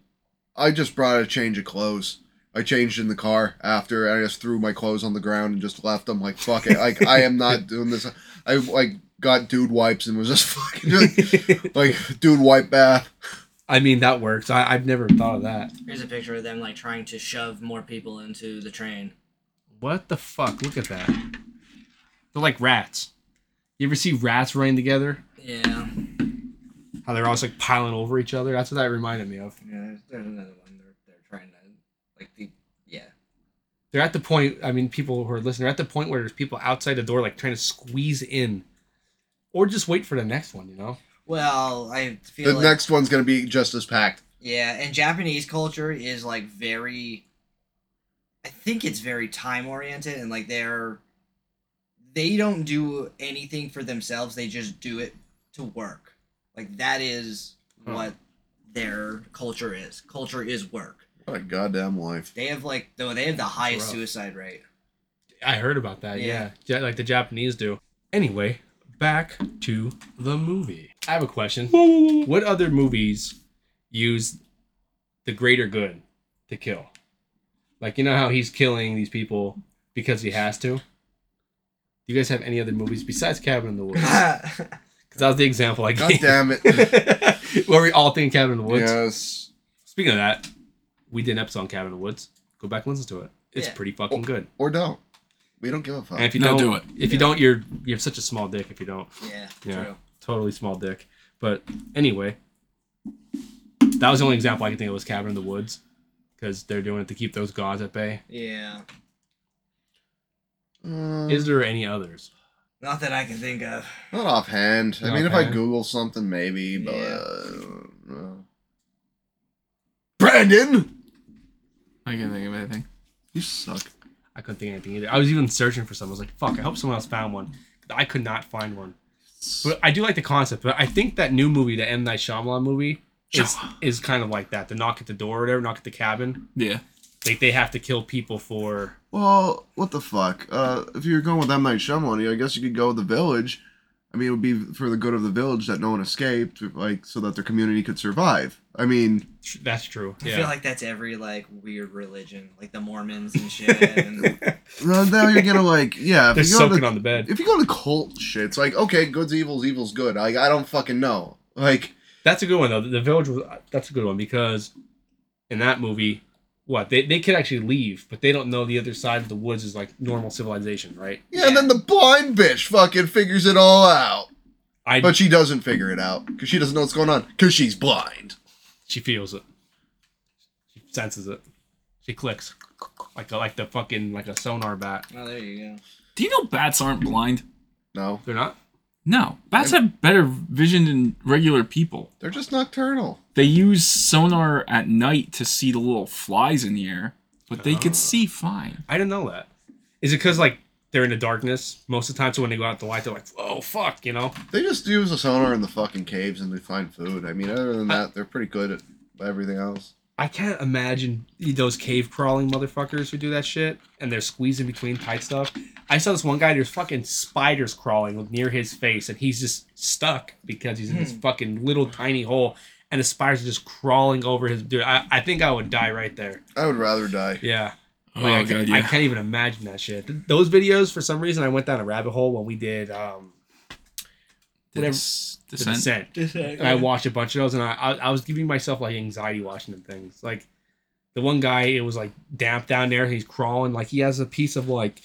Speaker 2: I just brought a change of clothes. I changed in the car after, and I just threw my clothes on the ground and just left them. Like fuck it, like I am not doing this. I like got dude wipes and was just fucking just, like dude wipe bath.
Speaker 4: I mean, that works. I, I've never thought of that.
Speaker 1: Here's a picture of them like trying to shove more people into the train.
Speaker 4: What the fuck? Look at that. They're like rats. You ever see rats running together?
Speaker 1: Yeah.
Speaker 4: How they're always like piling over each other? That's what that reminded me of.
Speaker 1: Yeah, there's, there's another one. They're, they're trying to like the yeah.
Speaker 4: they're at the point i mean people who are listening they're at the point where there's people outside the door like trying to squeeze in or just wait for the next one you know
Speaker 1: Well, I feel
Speaker 2: The
Speaker 1: like
Speaker 2: next one's gonna be just as packed.
Speaker 1: yeah, and Japanese culture is like very. I think it's very time oriented, and like they're, they don't do anything for themselves. They just do it to work. Like that is
Speaker 4: Huh.
Speaker 1: what their culture is. Culture is work.
Speaker 2: What a goddamn life.
Speaker 1: They have like though they have the highest
Speaker 4: rough.
Speaker 1: suicide rate.
Speaker 4: i heard about that yeah,
Speaker 1: Yeah.
Speaker 4: Ja- like the japanese do anyway back to the movie i have a question what other movies use the greater good to kill like you know how he's killing these people because he has to do you guys have any other movies besides cabin in the woods because that was the example i
Speaker 2: God
Speaker 4: gave
Speaker 2: damn it.
Speaker 4: Where we all think Cabin in the Woods.
Speaker 2: yes.
Speaker 4: Speaking of that, we did an episode on Cabin in the Woods. Go back and listen to it. It's
Speaker 1: Yeah.
Speaker 4: pretty fucking good.
Speaker 2: or don't. We don't give a fuck.
Speaker 4: And if you
Speaker 3: No,
Speaker 4: don't
Speaker 3: do it.
Speaker 4: If you don't, you're you have such a small dick. If you don't,
Speaker 1: yeah,
Speaker 4: Yeah.
Speaker 1: true.
Speaker 4: totally small dick. But anyway, that was the only example I could think of was Cabin in the Woods, because they're doing it to keep those gods at bay.
Speaker 1: Yeah.
Speaker 2: Uh,
Speaker 4: Is there any others?
Speaker 1: Not that I can think of.
Speaker 2: not offhand. I
Speaker 4: Not
Speaker 2: mean, if I
Speaker 4: offhand.
Speaker 2: Google something, maybe, but.
Speaker 1: Yeah.
Speaker 2: uh, uh, Brandon!
Speaker 3: I can't think of anything.
Speaker 2: You suck.
Speaker 4: I couldn't think of anything either. I was even searching for some. I was like, fuck, I hope someone else found one. I could not find one. But I do like the concept, but I think that new movie, the M. Night Shyamalan movie, is,
Speaker 3: Shyamalan.
Speaker 4: is kind of like that. The knock at the door or whatever, knock at the cabin.
Speaker 3: Yeah.
Speaker 4: Like they have to kill people for
Speaker 2: Well, what the fuck? Uh, if you're going with M Night Shyamalan, I guess you could go with the village. I mean, it would be for the good of the village that no one escaped, like so that their community could survive. I mean,
Speaker 4: tr- that's true.
Speaker 1: I feel like that's every like weird religion, like the Mormons and shit. and
Speaker 2: now now you're gonna like, yeah,
Speaker 4: They're
Speaker 2: if you go
Speaker 4: soaking
Speaker 2: to,
Speaker 4: on the bed.
Speaker 2: if you go to cult shit, it's like okay, good's evil, evil's good. Like I don't fucking know. Like
Speaker 4: That's a good one though. The village was that's a good one because in that movie, what they they could actually leave, but they don't know the other side of the woods is like normal civilization, right?
Speaker 2: yeah, and then the blind bitch fucking figures it all out,
Speaker 4: I
Speaker 2: but she doesn't figure it out because she doesn't know what's going on because she's blind.
Speaker 4: she feels it, she senses it, she clicks like a, like the fucking like a sonar bat.
Speaker 1: oh, there you go.
Speaker 3: Do you know bats aren't blind?
Speaker 2: No,
Speaker 4: They're not.
Speaker 3: No. Bats have better vision than regular people.
Speaker 2: they're just nocturnal.
Speaker 3: They use sonar at night to see the little flies in the air, but they
Speaker 4: Oh.
Speaker 3: could see fine.
Speaker 4: I didn't know that. Is it because like they're in the darkness most of the time? So when they go out the light, they're like, oh fuck, you know.
Speaker 2: They just use a sonar in the fucking caves and they find food. I mean, other than that, they're pretty good at everything else.
Speaker 4: I can't imagine those cave crawling motherfuckers who do that shit and they're squeezing between tight stuff. I saw this one guy, there's fucking spiders crawling near his face and he's just stuck because he's in this fucking little tiny hole and the spiders are just crawling over his dude. I, I think I would die right there.
Speaker 2: I would rather die.
Speaker 4: Yeah.
Speaker 3: Oh,
Speaker 4: Like, I,
Speaker 3: God,
Speaker 4: can't,
Speaker 3: yeah.
Speaker 4: I can't even imagine that shit. Th- Those videos, for some reason, I went down a rabbit hole when we did um,
Speaker 3: The
Speaker 4: whatever-
Speaker 3: des-
Speaker 4: the
Speaker 3: descent.
Speaker 4: descent. And I watched a bunch of those, and I, I I was giving myself like anxiety watching them things. Like the one guy, it was like damp down there. He's crawling, like he has a piece of like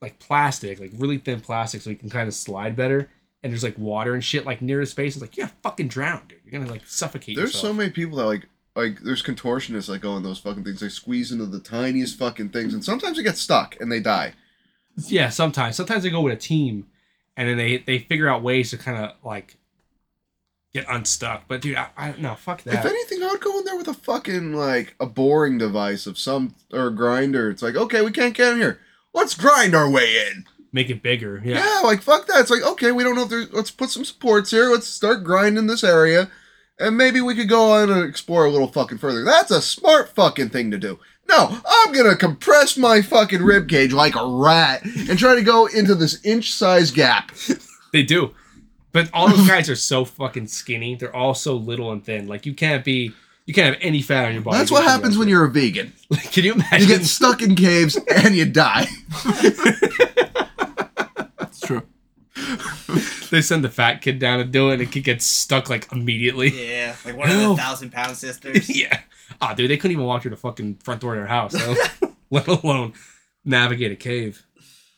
Speaker 4: like plastic, like really thin plastic, so he can kind of slide better. And there's like water and shit like near his face. It's like you're gonna fucking drown, dude. You're gonna like suffocate.
Speaker 2: There's so
Speaker 4: yourself.
Speaker 2: many people that like like there's contortionists that go in those fucking things. They squeeze into the tiniest fucking things, and sometimes they get stuck and they die.
Speaker 4: yeah. Sometimes sometimes they go with a team, and then they they figure out ways to kind of like get unstuck. But dude, I, I no fuck
Speaker 2: If
Speaker 4: that.
Speaker 2: anything, I would go in there with a fucking like a boring device of some or a grinder. It's like okay, we can't get in here. Let's grind our way in.
Speaker 4: Make it bigger. Yeah.
Speaker 2: Yeah, like fuck that. It's like okay, we don't know if there's. Let's put some supports here. Let's start grinding this area, and maybe we could go on and explore a little fucking further. That's a smart fucking thing to do. No, I'm gonna compress my fucking rib cage like a rat and try to go into this inch size gap.
Speaker 4: They do. But all those guys are so fucking skinny. They're all so little and thin. Like you can't be you can't have any fat on your body.
Speaker 2: That's what happens when you're a vegan.
Speaker 4: like, can you
Speaker 2: You
Speaker 4: imagine
Speaker 2: get stuck in caves and you die.
Speaker 3: It's true.
Speaker 4: they send the fat kid down to do it and the kid gets stuck like immediately.
Speaker 1: Yeah, like one of
Speaker 4: No.
Speaker 1: the thousand pound sisters.
Speaker 4: yeah. Ah dude, they couldn't even walk through the fucking front door of their house, so, let alone navigate a cave.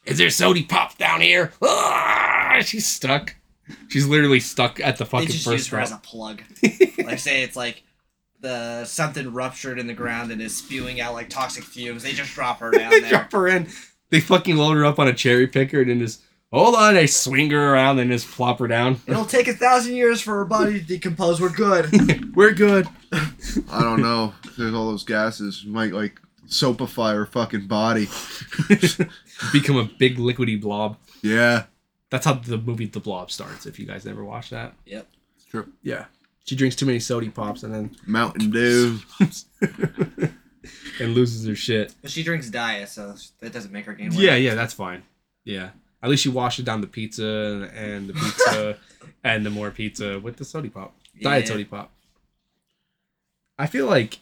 Speaker 4: Is there sody pop down here? Ah, she's stuck. She's literally stuck at the
Speaker 1: They
Speaker 4: fucking
Speaker 1: just use
Speaker 4: first
Speaker 1: her
Speaker 4: round.
Speaker 1: as a plug. like say it's like the something ruptured in the ground and is spewing out like toxic fumes. They just drop her down
Speaker 4: they
Speaker 1: there.
Speaker 4: drop her in. They fucking load her up on a cherry picker and then just hold on. They swing her around and just plop her down.
Speaker 1: It'll take a thousand years for her body to decompose. We're good.
Speaker 4: We're good.
Speaker 2: I don't know. There's all those gases might like soapify her fucking body.
Speaker 4: Become a big liquidy blob.
Speaker 2: Yeah.
Speaker 4: That's how the movie The Blob starts. If you guys never watched that,
Speaker 1: yep.
Speaker 3: It's true.
Speaker 4: yeah, she drinks too many soda pops and then
Speaker 2: Mountain Dew.
Speaker 4: and loses her shit.
Speaker 1: But she drinks diet, so that doesn't make her gain weight.
Speaker 4: Yeah, yeah, that's fine. Yeah, at least she washed it down the pizza and, and the pizza and the more pizza with the soda pop, diet
Speaker 1: Yeah.
Speaker 4: soda pop. I feel like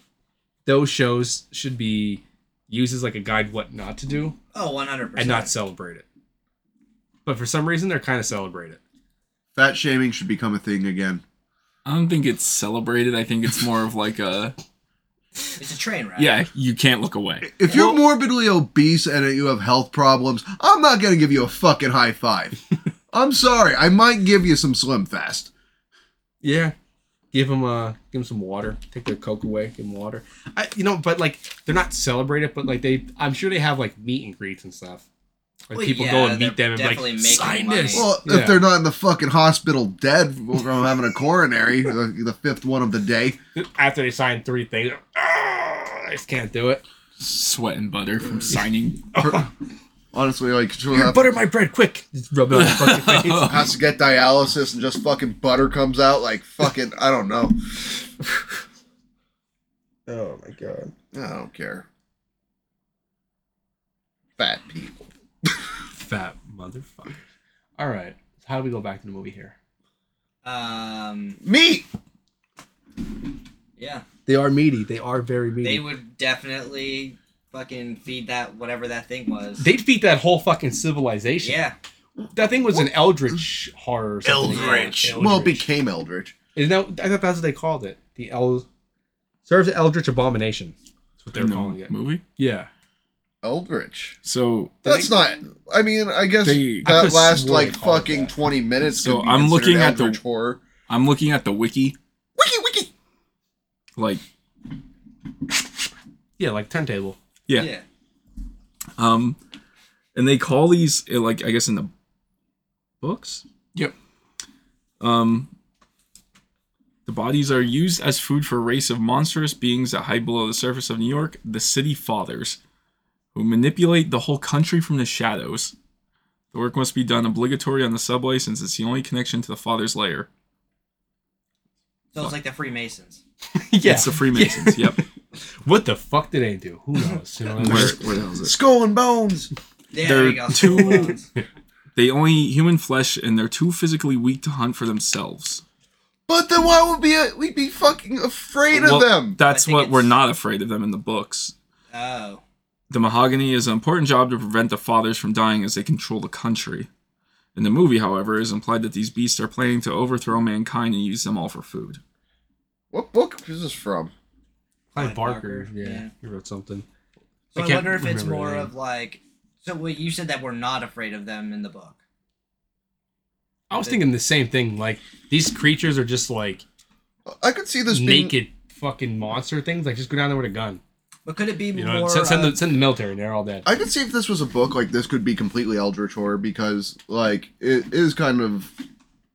Speaker 4: those shows should be used as like a guide what not to do
Speaker 1: Oh, one hundred percent.
Speaker 4: and not celebrate it. But for some reason, they're kind of celebrate it.
Speaker 2: Fat shaming should become a thing again.
Speaker 3: I don't think it's celebrated. I think it's more of like a
Speaker 1: It's a train ride.
Speaker 3: yeah, you can't look away.
Speaker 2: If you're morbidly obese and you have health problems, I'm not going to give you a fucking high five. I'm sorry. I might give you some Slim Fast.
Speaker 4: Yeah, give them uh, give them some water. Take their coke away. Give them water. I, you know, but like they're not celebrate it, but like they, I'm sure they have like meet and greets and stuff. Like
Speaker 1: Well,
Speaker 4: people go
Speaker 1: yeah,
Speaker 4: and meet
Speaker 1: they're
Speaker 4: them and be
Speaker 1: definitely
Speaker 4: like
Speaker 1: making
Speaker 4: sign
Speaker 1: money."
Speaker 4: this.
Speaker 2: Well,
Speaker 4: Yeah.
Speaker 2: if they're not in the fucking hospital dead from having a coronary, the, the fifth one of the day.
Speaker 4: After they sign three things, "Ah, I just can't do it.
Speaker 3: Sweat and butter from signing.
Speaker 2: Honestly, like she'll have,
Speaker 4: Butter my bread, quick! Just rub it on the fucking face.
Speaker 2: has to get dialysis and just fucking butter comes out like fucking I don't know.
Speaker 4: Oh my god.
Speaker 2: I don't care. Fat people.
Speaker 4: Fat motherfucker. All right. How do we go back to the movie here?
Speaker 1: Um,
Speaker 2: Meat.
Speaker 1: yeah,
Speaker 4: They are meaty. They are very
Speaker 1: they
Speaker 4: meaty.
Speaker 1: would definitely fucking feed that whatever that thing was.
Speaker 4: They, would beat that whole fucking civilization.
Speaker 1: yeah,
Speaker 4: That thing was an eldritch horror. Or something.
Speaker 1: Eldritch.
Speaker 2: Well, it became Eldritch.
Speaker 4: Isn't that, I thought that's what they called it. The El serves Eldritch Abomination. That's what they're
Speaker 3: in the
Speaker 4: calling it.
Speaker 3: movie.
Speaker 4: Yeah.
Speaker 2: Eldritch.
Speaker 3: So
Speaker 2: That's not. I mean, I guess
Speaker 3: They-
Speaker 4: I
Speaker 2: that
Speaker 4: could've
Speaker 2: last
Speaker 4: swore they
Speaker 2: like
Speaker 4: called it
Speaker 2: fucking
Speaker 4: that.
Speaker 2: twenty minutes.
Speaker 3: So
Speaker 2: could be
Speaker 3: I'm looking
Speaker 2: considered
Speaker 3: at the-
Speaker 2: Eldritch horror.
Speaker 3: I'm looking at the wiki.
Speaker 2: Wiki wiki.
Speaker 3: Like,
Speaker 4: Yeah, like turntable.
Speaker 3: yeah.
Speaker 1: yeah.
Speaker 3: Um, and they call these uh, like I guess in the books.
Speaker 4: Yep.
Speaker 3: Um, the bodies are used as food for a race of monstrous beings that hide below the surface of New York, the City Fathers, who manipulate the whole country from the shadows. The work must be done obligatory on the subway since it's the only connection to the Father's lair.
Speaker 1: So it's like the Freemasons.
Speaker 4: yeah.
Speaker 3: It's the Freemasons. Yep.
Speaker 4: What the fuck did they do? Who knows? You know,
Speaker 3: Where, where the hell is it?
Speaker 2: Skull and bones.
Speaker 1: Yeah, there
Speaker 3: They're
Speaker 1: you go. Oh.
Speaker 3: two- They only eat human flesh, and they're too physically weak to hunt for themselves.
Speaker 2: But then why would be a, we'd be fucking afraid
Speaker 3: Well,
Speaker 2: of them?
Speaker 3: That's
Speaker 1: I think
Speaker 3: what we're
Speaker 1: it's-
Speaker 3: not afraid of them in the books.
Speaker 1: oh,
Speaker 3: The mahogany is an important job to prevent the fathers from dying as they control the country. In the movie, however, it is implied that these beasts are planning to overthrow mankind and use them all for food.
Speaker 2: What book is this from?
Speaker 1: Clive
Speaker 4: Clive Barker.
Speaker 1: Barker,
Speaker 4: Yeah,
Speaker 1: yeah.
Speaker 4: he wrote something.
Speaker 1: so
Speaker 4: I
Speaker 1: I,
Speaker 4: can't
Speaker 1: wonder if it's
Speaker 4: remember
Speaker 1: more
Speaker 4: the name.
Speaker 1: of like. So wait, you said that we're not afraid of them in the book.
Speaker 4: I was thinking the same thing. Like these creatures are just like
Speaker 2: I could see this being
Speaker 4: naked fucking monster things. Like just go down there with a gun.
Speaker 1: But could it be
Speaker 4: You know,
Speaker 1: more? uh,
Speaker 4: send, send
Speaker 1: of-
Speaker 4: the send the military. They're all dead.
Speaker 2: I could see if this was a book, like this could be completely Eldritch horror because, like, it is kind of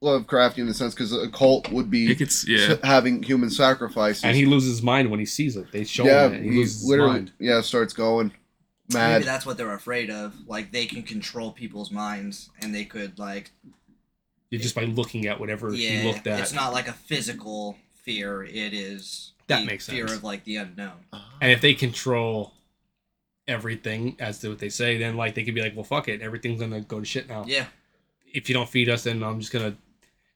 Speaker 2: Lovecraftian in the sense because a cult would be
Speaker 3: It gets- yeah.
Speaker 2: s- having human sacrifices.
Speaker 4: And he loses his mind when he sees it. They show
Speaker 2: yeah,
Speaker 4: him it.
Speaker 2: he,
Speaker 4: He, loses
Speaker 2: literally,
Speaker 4: his mind.
Speaker 2: yeah, starts going
Speaker 1: Maybe
Speaker 2: mad.
Speaker 1: that's what they're afraid of. Like they can control people's minds, and they could like
Speaker 4: You're just by looking at whatever
Speaker 1: yeah.
Speaker 4: he looked at.
Speaker 1: It's not like a physical fear. It is
Speaker 4: That
Speaker 1: the
Speaker 4: makes
Speaker 1: fear
Speaker 4: sense.
Speaker 1: of like the unknown.
Speaker 2: Uh-huh.
Speaker 4: And if they control everything as to what they say, then like they could be like, well, fuck it, everything's gonna go to shit now.
Speaker 1: Yeah,
Speaker 4: If you don't feed us, then I'm just gonna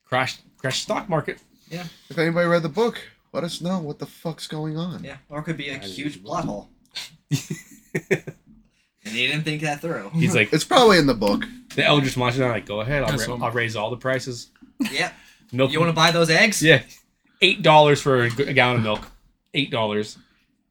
Speaker 4: crash crash the stock market.
Speaker 2: If anybody read the book, let us know what the fuck's going on.
Speaker 1: yeah. Or it could be a
Speaker 4: Yeah, I think
Speaker 1: huge
Speaker 4: it's-
Speaker 1: plot hole. and they didn't think that through.
Speaker 4: He's like
Speaker 2: It's probably in the book.
Speaker 4: the eldritch monster. I'm like, go ahead, I'll,
Speaker 3: That's
Speaker 4: ra-
Speaker 3: all.
Speaker 4: I'll raise all the prices.
Speaker 1: yeah.
Speaker 4: Milk,
Speaker 1: You want to buy those eggs?
Speaker 4: yeah, eight dollars for a g- a gallon of milk. Eight dollars.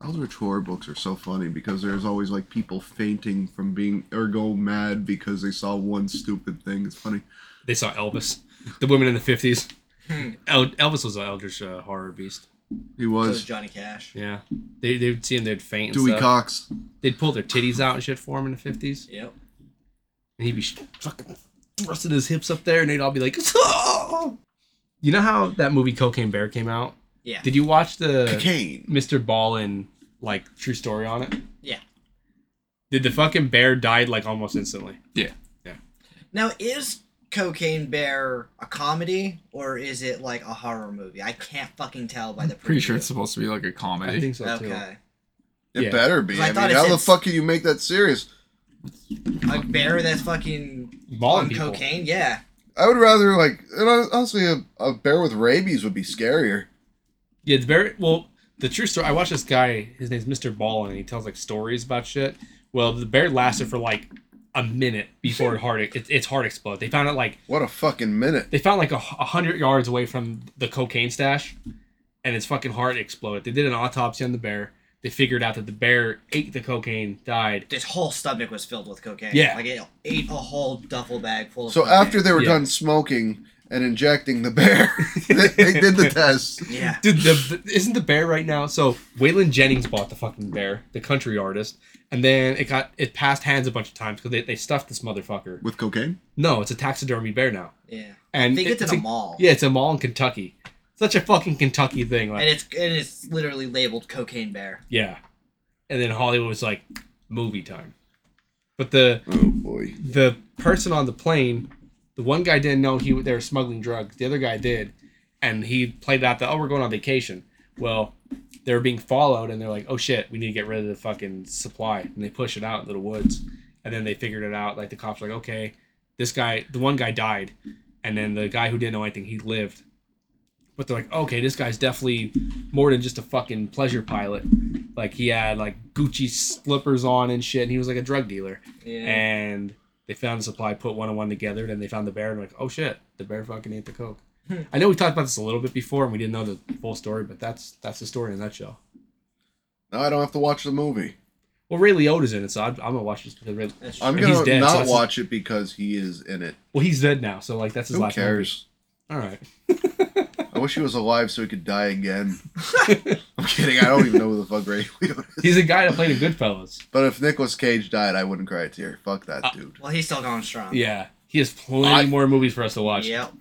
Speaker 2: Eldritch horror books are so funny because there's always like people fainting from being or go mad because they saw one stupid thing. It's funny.
Speaker 4: They saw Elvis, the women in the fifties.
Speaker 1: Hmm.
Speaker 4: El- Elvis was an eldritch uh, horror beast.
Speaker 2: He
Speaker 1: So is
Speaker 2: was
Speaker 1: Johnny Cash.
Speaker 4: Yeah, they they would see him, they'd faint. And
Speaker 2: Dewey
Speaker 4: stuff.
Speaker 2: Cox.
Speaker 4: They'd pull their titties out and shit for him in the fifties.
Speaker 1: Yep.
Speaker 4: and he'd be sh- fucking thrusting his hips up there, and they'd all be like, "Oh!" you know how that movie Cocaine Bear came out?
Speaker 1: Yeah.
Speaker 4: Did you watch the
Speaker 2: Cocaine.
Speaker 4: Mr. Ballin like true story on it?
Speaker 1: Yeah.
Speaker 4: Did the fucking bear died like almost instantly?
Speaker 3: Yeah.
Speaker 1: Now is Cocaine Bear a comedy or is it like a horror movie? I can't fucking tell by the preview.
Speaker 3: Pretty sure it's supposed to be like a comedy.
Speaker 4: I think so too.
Speaker 1: Okay.
Speaker 2: It
Speaker 4: Yeah.
Speaker 2: better be.
Speaker 1: I
Speaker 2: I,
Speaker 1: thought
Speaker 2: mean,
Speaker 1: it
Speaker 2: how
Speaker 1: said
Speaker 2: the
Speaker 1: s-
Speaker 2: fuck can you make that serious?
Speaker 1: A bear that's fucking
Speaker 4: Mauling
Speaker 1: on
Speaker 4: people.
Speaker 1: cocaine? Yeah.
Speaker 2: I would rather like and hon- honestly, a, a bear with rabies would be scarier.
Speaker 4: Yeah, the bear. Well, the true story. I watched this guy. His name's Mr. Ballin, and he tells like stories about shit. Well, the bear lasted for like a minute before it heart. It, its heart exploded. They found it like
Speaker 2: What a fucking minute!
Speaker 4: they found like a, h- a hundred yards away from the cocaine stash, and its fucking heart exploded. They did an autopsy on the bear. They figured out that the bear ate the cocaine, died.
Speaker 1: This whole stomach was filled with cocaine.
Speaker 4: Yeah.
Speaker 1: Like it ate a whole duffel bag full of
Speaker 2: So
Speaker 1: cocaine.
Speaker 2: after they were
Speaker 4: Yeah.
Speaker 2: done smoking and injecting the bear. they, they did the test.
Speaker 1: Yeah.
Speaker 4: Dude, the, the- isn't the bear right now? So Waylon Jennings bought the fucking bear, the country artist, and then it got it passed hands a bunch of times because they, they stuffed this motherfucker.
Speaker 2: With cocaine?
Speaker 4: No, it's a taxidermy bear now,
Speaker 1: Yeah.
Speaker 4: and
Speaker 1: They get
Speaker 4: it-
Speaker 1: to
Speaker 4: it's
Speaker 1: the mall.
Speaker 4: Yeah, it's a mall in Kentucky. Such a fucking Kentucky thing. Like,
Speaker 1: And it's and it's literally labeled cocaine bear.
Speaker 4: yeah, and then Hollywood was like, movie time. But the
Speaker 2: Oh boy.
Speaker 4: the person on the plane, the one guy didn't know he they were smuggling drugs. The other guy did, and he played out that oh we're going on vacation. Well, they were being followed, and they're like oh shit we need to get rid of the fucking supply, and they push it out into the woods, and then they figured it out. Like the cops were like okay, this guy the one guy died, and then the guy who didn't know anything he lived. But they're like, okay, this guy's definitely more than just a fucking pleasure pilot. Like he had like Gucci slippers on and shit, and he was like a drug dealer
Speaker 1: Yeah.
Speaker 4: and they found the supply, put one on one together, then they found the bear and like, oh shit, the bear fucking ate the coke. I know we talked about this a little bit before and we didn't know the full story, but that's that's the story in a nutshell.
Speaker 2: Now I don't have to watch the movie.
Speaker 4: Well, Ray Liotta's in it, so I'm, I'm gonna watch this because Ray,
Speaker 1: That's true.
Speaker 2: I'm
Speaker 4: And he's
Speaker 2: gonna
Speaker 4: dead, so
Speaker 2: not
Speaker 4: it's-
Speaker 2: watch it because he is in it.
Speaker 4: well he's dead now, so like that's his
Speaker 2: Who
Speaker 4: last.
Speaker 2: cares?
Speaker 4: All right,
Speaker 2: I wish he was alive so he could die again. I'm kidding. I don't even know who the fuck Ray Liotta is.
Speaker 4: he's a guy that played in Goodfellas.
Speaker 2: But if Nicolas Cage died, I wouldn't cry a tear. Fuck that
Speaker 4: Uh,
Speaker 2: dude.
Speaker 1: Well, he's still going strong.
Speaker 4: Yeah, he has plenty
Speaker 2: I-
Speaker 4: more movies for us to watch.
Speaker 1: Yep.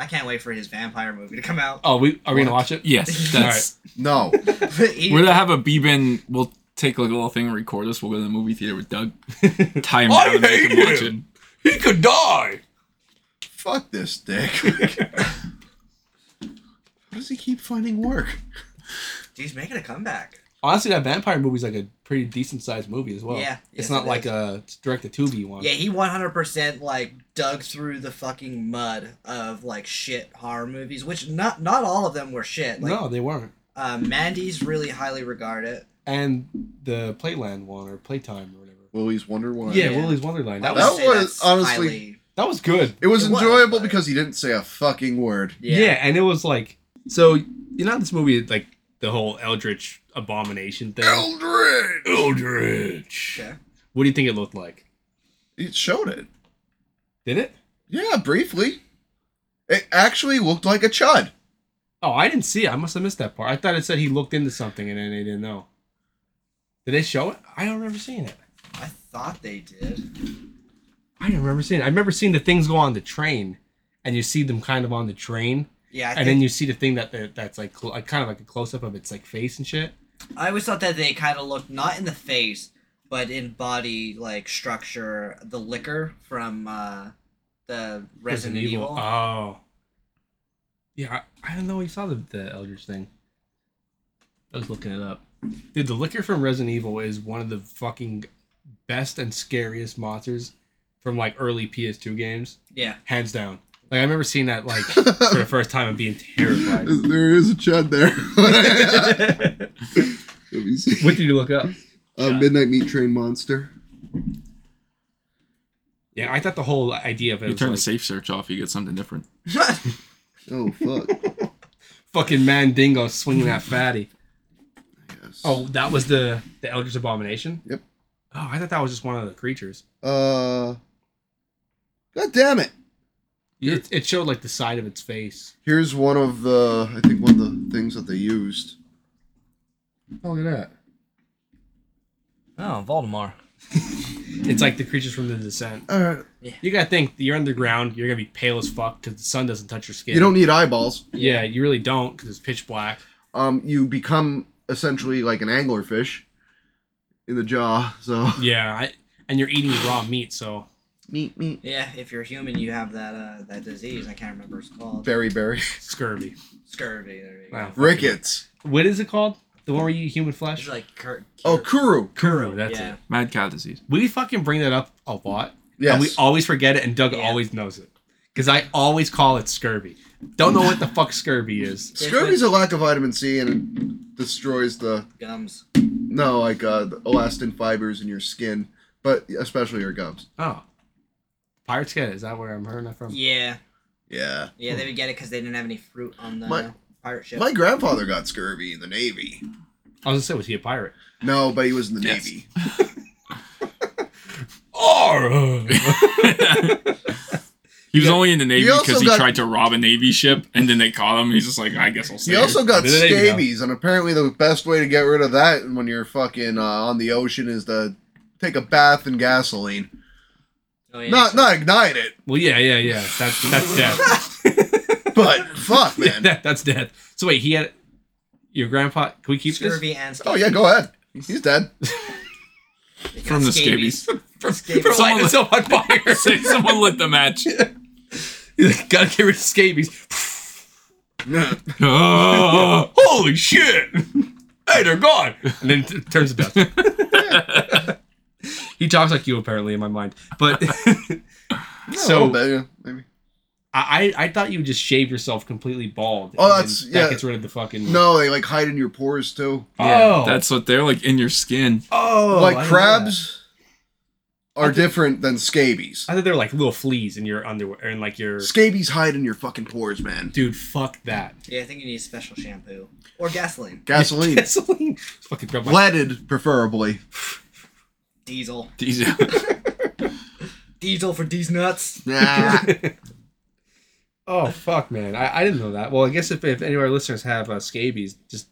Speaker 1: I can't wait for his vampire movie to come out.
Speaker 4: Oh, we are we gonna watch it?
Speaker 3: Yes, that's.
Speaker 2: No.
Speaker 4: Oh,
Speaker 1: He-
Speaker 3: We're gonna have a Beebin. We'll take like a little thing and record us. We'll go to the movie theater with Doug. Tie him
Speaker 4: I
Speaker 3: down and make him
Speaker 4: hate
Speaker 3: watch it.
Speaker 4: him. He could die.
Speaker 2: Fuck this dick. How does he keep finding work?
Speaker 1: He's making a comeback.
Speaker 4: Honestly, that vampire movie's like a pretty decent sized movie as well.
Speaker 1: Yeah, yes,
Speaker 4: it's not
Speaker 1: it
Speaker 4: like
Speaker 1: is.
Speaker 4: a direct to Tubi one.
Speaker 1: Yeah, he 100% like dug through the fucking mud of like shit horror movies, which not not all of them were shit. Like,
Speaker 4: no, they weren't.
Speaker 1: uh, Mandy's really highly regarded.
Speaker 4: and the Playland one or Playtime or whatever.
Speaker 2: Willy's Wonder Woman.
Speaker 4: Yeah,
Speaker 1: Yeah.
Speaker 4: Willy's Wonderland. That
Speaker 1: I would
Speaker 2: That
Speaker 4: was
Speaker 2: was-
Speaker 1: say that's
Speaker 2: honestly-
Speaker 1: highly-
Speaker 4: that was good.
Speaker 2: It was
Speaker 1: It was,
Speaker 2: enjoyable
Speaker 1: but-
Speaker 2: because he didn't say a fucking word.
Speaker 4: Yeah.
Speaker 1: yeah.
Speaker 4: and it was like so. You know this movie like the whole Eldritch abomination thing.
Speaker 2: Eldred.
Speaker 4: Eldritch.
Speaker 1: Okay.
Speaker 4: What do you think it looked like?
Speaker 2: It showed it.
Speaker 4: Did it?
Speaker 2: Yeah, briefly. It actually looked like a chud.
Speaker 4: Oh, I didn't see it. I must have missed that part. I thought it said he looked into something and then they didn't know. Did they show it? I don't remember seeing it.
Speaker 1: I thought they did.
Speaker 4: I don't remember seeing it. I remember seeing the things go on the train, and you see them kind of on the train,
Speaker 1: Yeah, I,
Speaker 4: and
Speaker 1: think,
Speaker 4: then you see the thing that that- that's like cl- like, kind of like a close up of its like face and shit.
Speaker 1: I always thought that they kind of looked not in the face, but in body like structure, the liquor from uh, the Resident, Evil.
Speaker 4: Oh. Yeah, I, I don't know. We saw the, the Eldritch thing. I was looking it up. Dude, the liquor from Resident Evil is one of the fucking best and scariest monsters from like early PS2 games,
Speaker 1: yeah,
Speaker 4: hands down. Like I remember seeing that like for the first time and being terrified.
Speaker 2: There is a chud there. Let me see.
Speaker 4: what did you look up?
Speaker 2: Uh, Midnight Meat Train Monster.
Speaker 4: Yeah, I thought the whole idea of it
Speaker 3: You
Speaker 4: was
Speaker 3: turn
Speaker 4: like,
Speaker 3: the safe search off, you get something different.
Speaker 2: Oh fuck.
Speaker 4: fucking Mandingo swinging that fatty.
Speaker 2: yes.
Speaker 4: Oh, that was the the Eldritch Abomination.
Speaker 2: Yep.
Speaker 4: Oh, I thought that was just one of the creatures.
Speaker 2: Uh. God damn it.
Speaker 4: It, it showed like the side of its face.
Speaker 2: Here's one of the I think one of the things that they used.
Speaker 4: Oh, look at
Speaker 1: oh Voldemort.
Speaker 4: that. It's like the creatures from the descent.
Speaker 2: All right.
Speaker 4: You gotta think you're underground. You're gonna be pale as fuck because the sun doesn't touch your skin.
Speaker 2: You don't need eyeballs.
Speaker 4: Yeah, you really don't because it's pitch black.
Speaker 2: Um, you become essentially like an anglerfish in the jaw. So
Speaker 4: Yeah, I, and you're eating raw meat, so
Speaker 2: meat, meat,
Speaker 1: Yeah, if you're human, you have that uh, that disease. I can't remember what it's called.
Speaker 2: berry, berry,
Speaker 4: scurvy.
Speaker 1: Scurvy. There you go.
Speaker 4: Wow.
Speaker 2: rickets.
Speaker 4: What is it called? The one where you eat human
Speaker 1: It's
Speaker 4: flesh?
Speaker 1: like cur-
Speaker 2: Oh,
Speaker 1: cur-
Speaker 2: kuru.
Speaker 4: Kuro. That's
Speaker 1: yeah.
Speaker 4: it.
Speaker 3: Mad cow disease.
Speaker 4: We fucking bring that up a lot,
Speaker 2: Yes.
Speaker 4: and we always forget it, and Doug
Speaker 1: Yeah.
Speaker 4: always knows it because I always call it scurvy. Don't know what the fuck scurvy is.
Speaker 2: Scurvy's a lack of vitamin C and it destroys the
Speaker 1: Gums.
Speaker 2: no like uh, the elastin fibers in your skin, but especially your gums.
Speaker 4: Oh, pirates get it. Is that where I'm hearing that from?
Speaker 1: Yeah,
Speaker 2: Yeah.
Speaker 1: yeah, they would get it because they didn't have any fruit on the
Speaker 2: My-
Speaker 1: pirate ship.
Speaker 2: My grandfather got scurvy in the navy.
Speaker 4: I was gonna say, was he a pirate?
Speaker 2: No, but he was in the
Speaker 3: Yes.
Speaker 2: navy.
Speaker 4: Arr!
Speaker 3: he He was only in the Navy
Speaker 2: also
Speaker 3: because he
Speaker 2: got-
Speaker 3: tried to rob a Navy ship, and then they caught him. He's just like, I guess I'll stay.
Speaker 2: He also got
Speaker 4: There you go.
Speaker 2: scabies, and apparently the best way to get rid of that when you're fucking uh, on the ocean is to take a bath in gasoline.
Speaker 1: Oh, yeah.
Speaker 2: Not not ignite it,
Speaker 4: Well, yeah, yeah, yeah. That's that's death.
Speaker 2: but fuck, man.
Speaker 4: that, that's death. So wait, he had your grandpa. Can we keep this?
Speaker 1: scurvy and
Speaker 2: Oh yeah, go ahead. He's dead.
Speaker 1: They got
Speaker 3: from the scabies.
Speaker 4: For,
Speaker 1: Scabies.
Speaker 4: for lighting himself on fire.
Speaker 3: Say someone lit the match.
Speaker 4: He's like, Gotta get rid of scabies.
Speaker 3: Oh,
Speaker 4: Holy shit! Hey, they're gone. And then t- turns to dust. he talks like you apparently in my mind, but
Speaker 2: so
Speaker 4: so I,
Speaker 2: bit, yeah, maybe.
Speaker 4: I I thought you would just shave yourself completely bald.
Speaker 2: Oh,
Speaker 4: and
Speaker 2: that's-
Speaker 4: then
Speaker 2: yeah.
Speaker 4: That gets rid of the fucking.
Speaker 2: No, they like hide in your pores too.
Speaker 4: Oh,
Speaker 3: Uh, that's what they're like in your skin.
Speaker 4: oh, I
Speaker 2: like
Speaker 4: didn't know
Speaker 2: crabs
Speaker 4: I
Speaker 2: are
Speaker 4: did-
Speaker 2: different than scabies.
Speaker 4: that. I thought they're like little fleas in your underwear and like your
Speaker 2: Scabies hide in your fucking pores, man.
Speaker 4: dude. Fuck that.
Speaker 1: Yeah, I think you need special shampoo or gasoline,
Speaker 2: Gasoline,
Speaker 4: Gasoline. Fucking grab my
Speaker 2: leaded preferably.
Speaker 1: diesel,
Speaker 3: These-
Speaker 1: diesel for these nuts.
Speaker 2: Nah.
Speaker 4: Oh fuck, man! I, I didn't know that. Well, I guess if, if any of our listeners have uh, scabies, just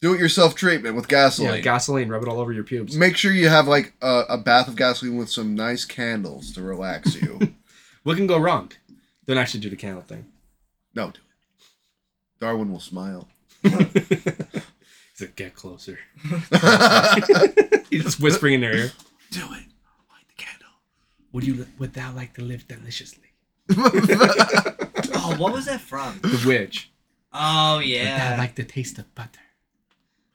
Speaker 2: Do it yourself treatment with gasoline.
Speaker 4: yeah, gasoline, rub it all over your pubes.
Speaker 2: Make sure you have like a, a bath of gasoline with some nice candles to relax you.
Speaker 4: What can go wrong? Don't actually do the candle thing.
Speaker 2: no, do it. Darwin will smile.
Speaker 4: He's like, get closer.
Speaker 2: Light
Speaker 4: He's just whispering in their ear.
Speaker 3: Do it.
Speaker 2: the candle.
Speaker 4: Would you? Would thou like to live deliciously?
Speaker 1: Oh, what was that from?
Speaker 4: The witch.
Speaker 1: Oh
Speaker 4: I
Speaker 1: yeah,
Speaker 4: like the taste of butter.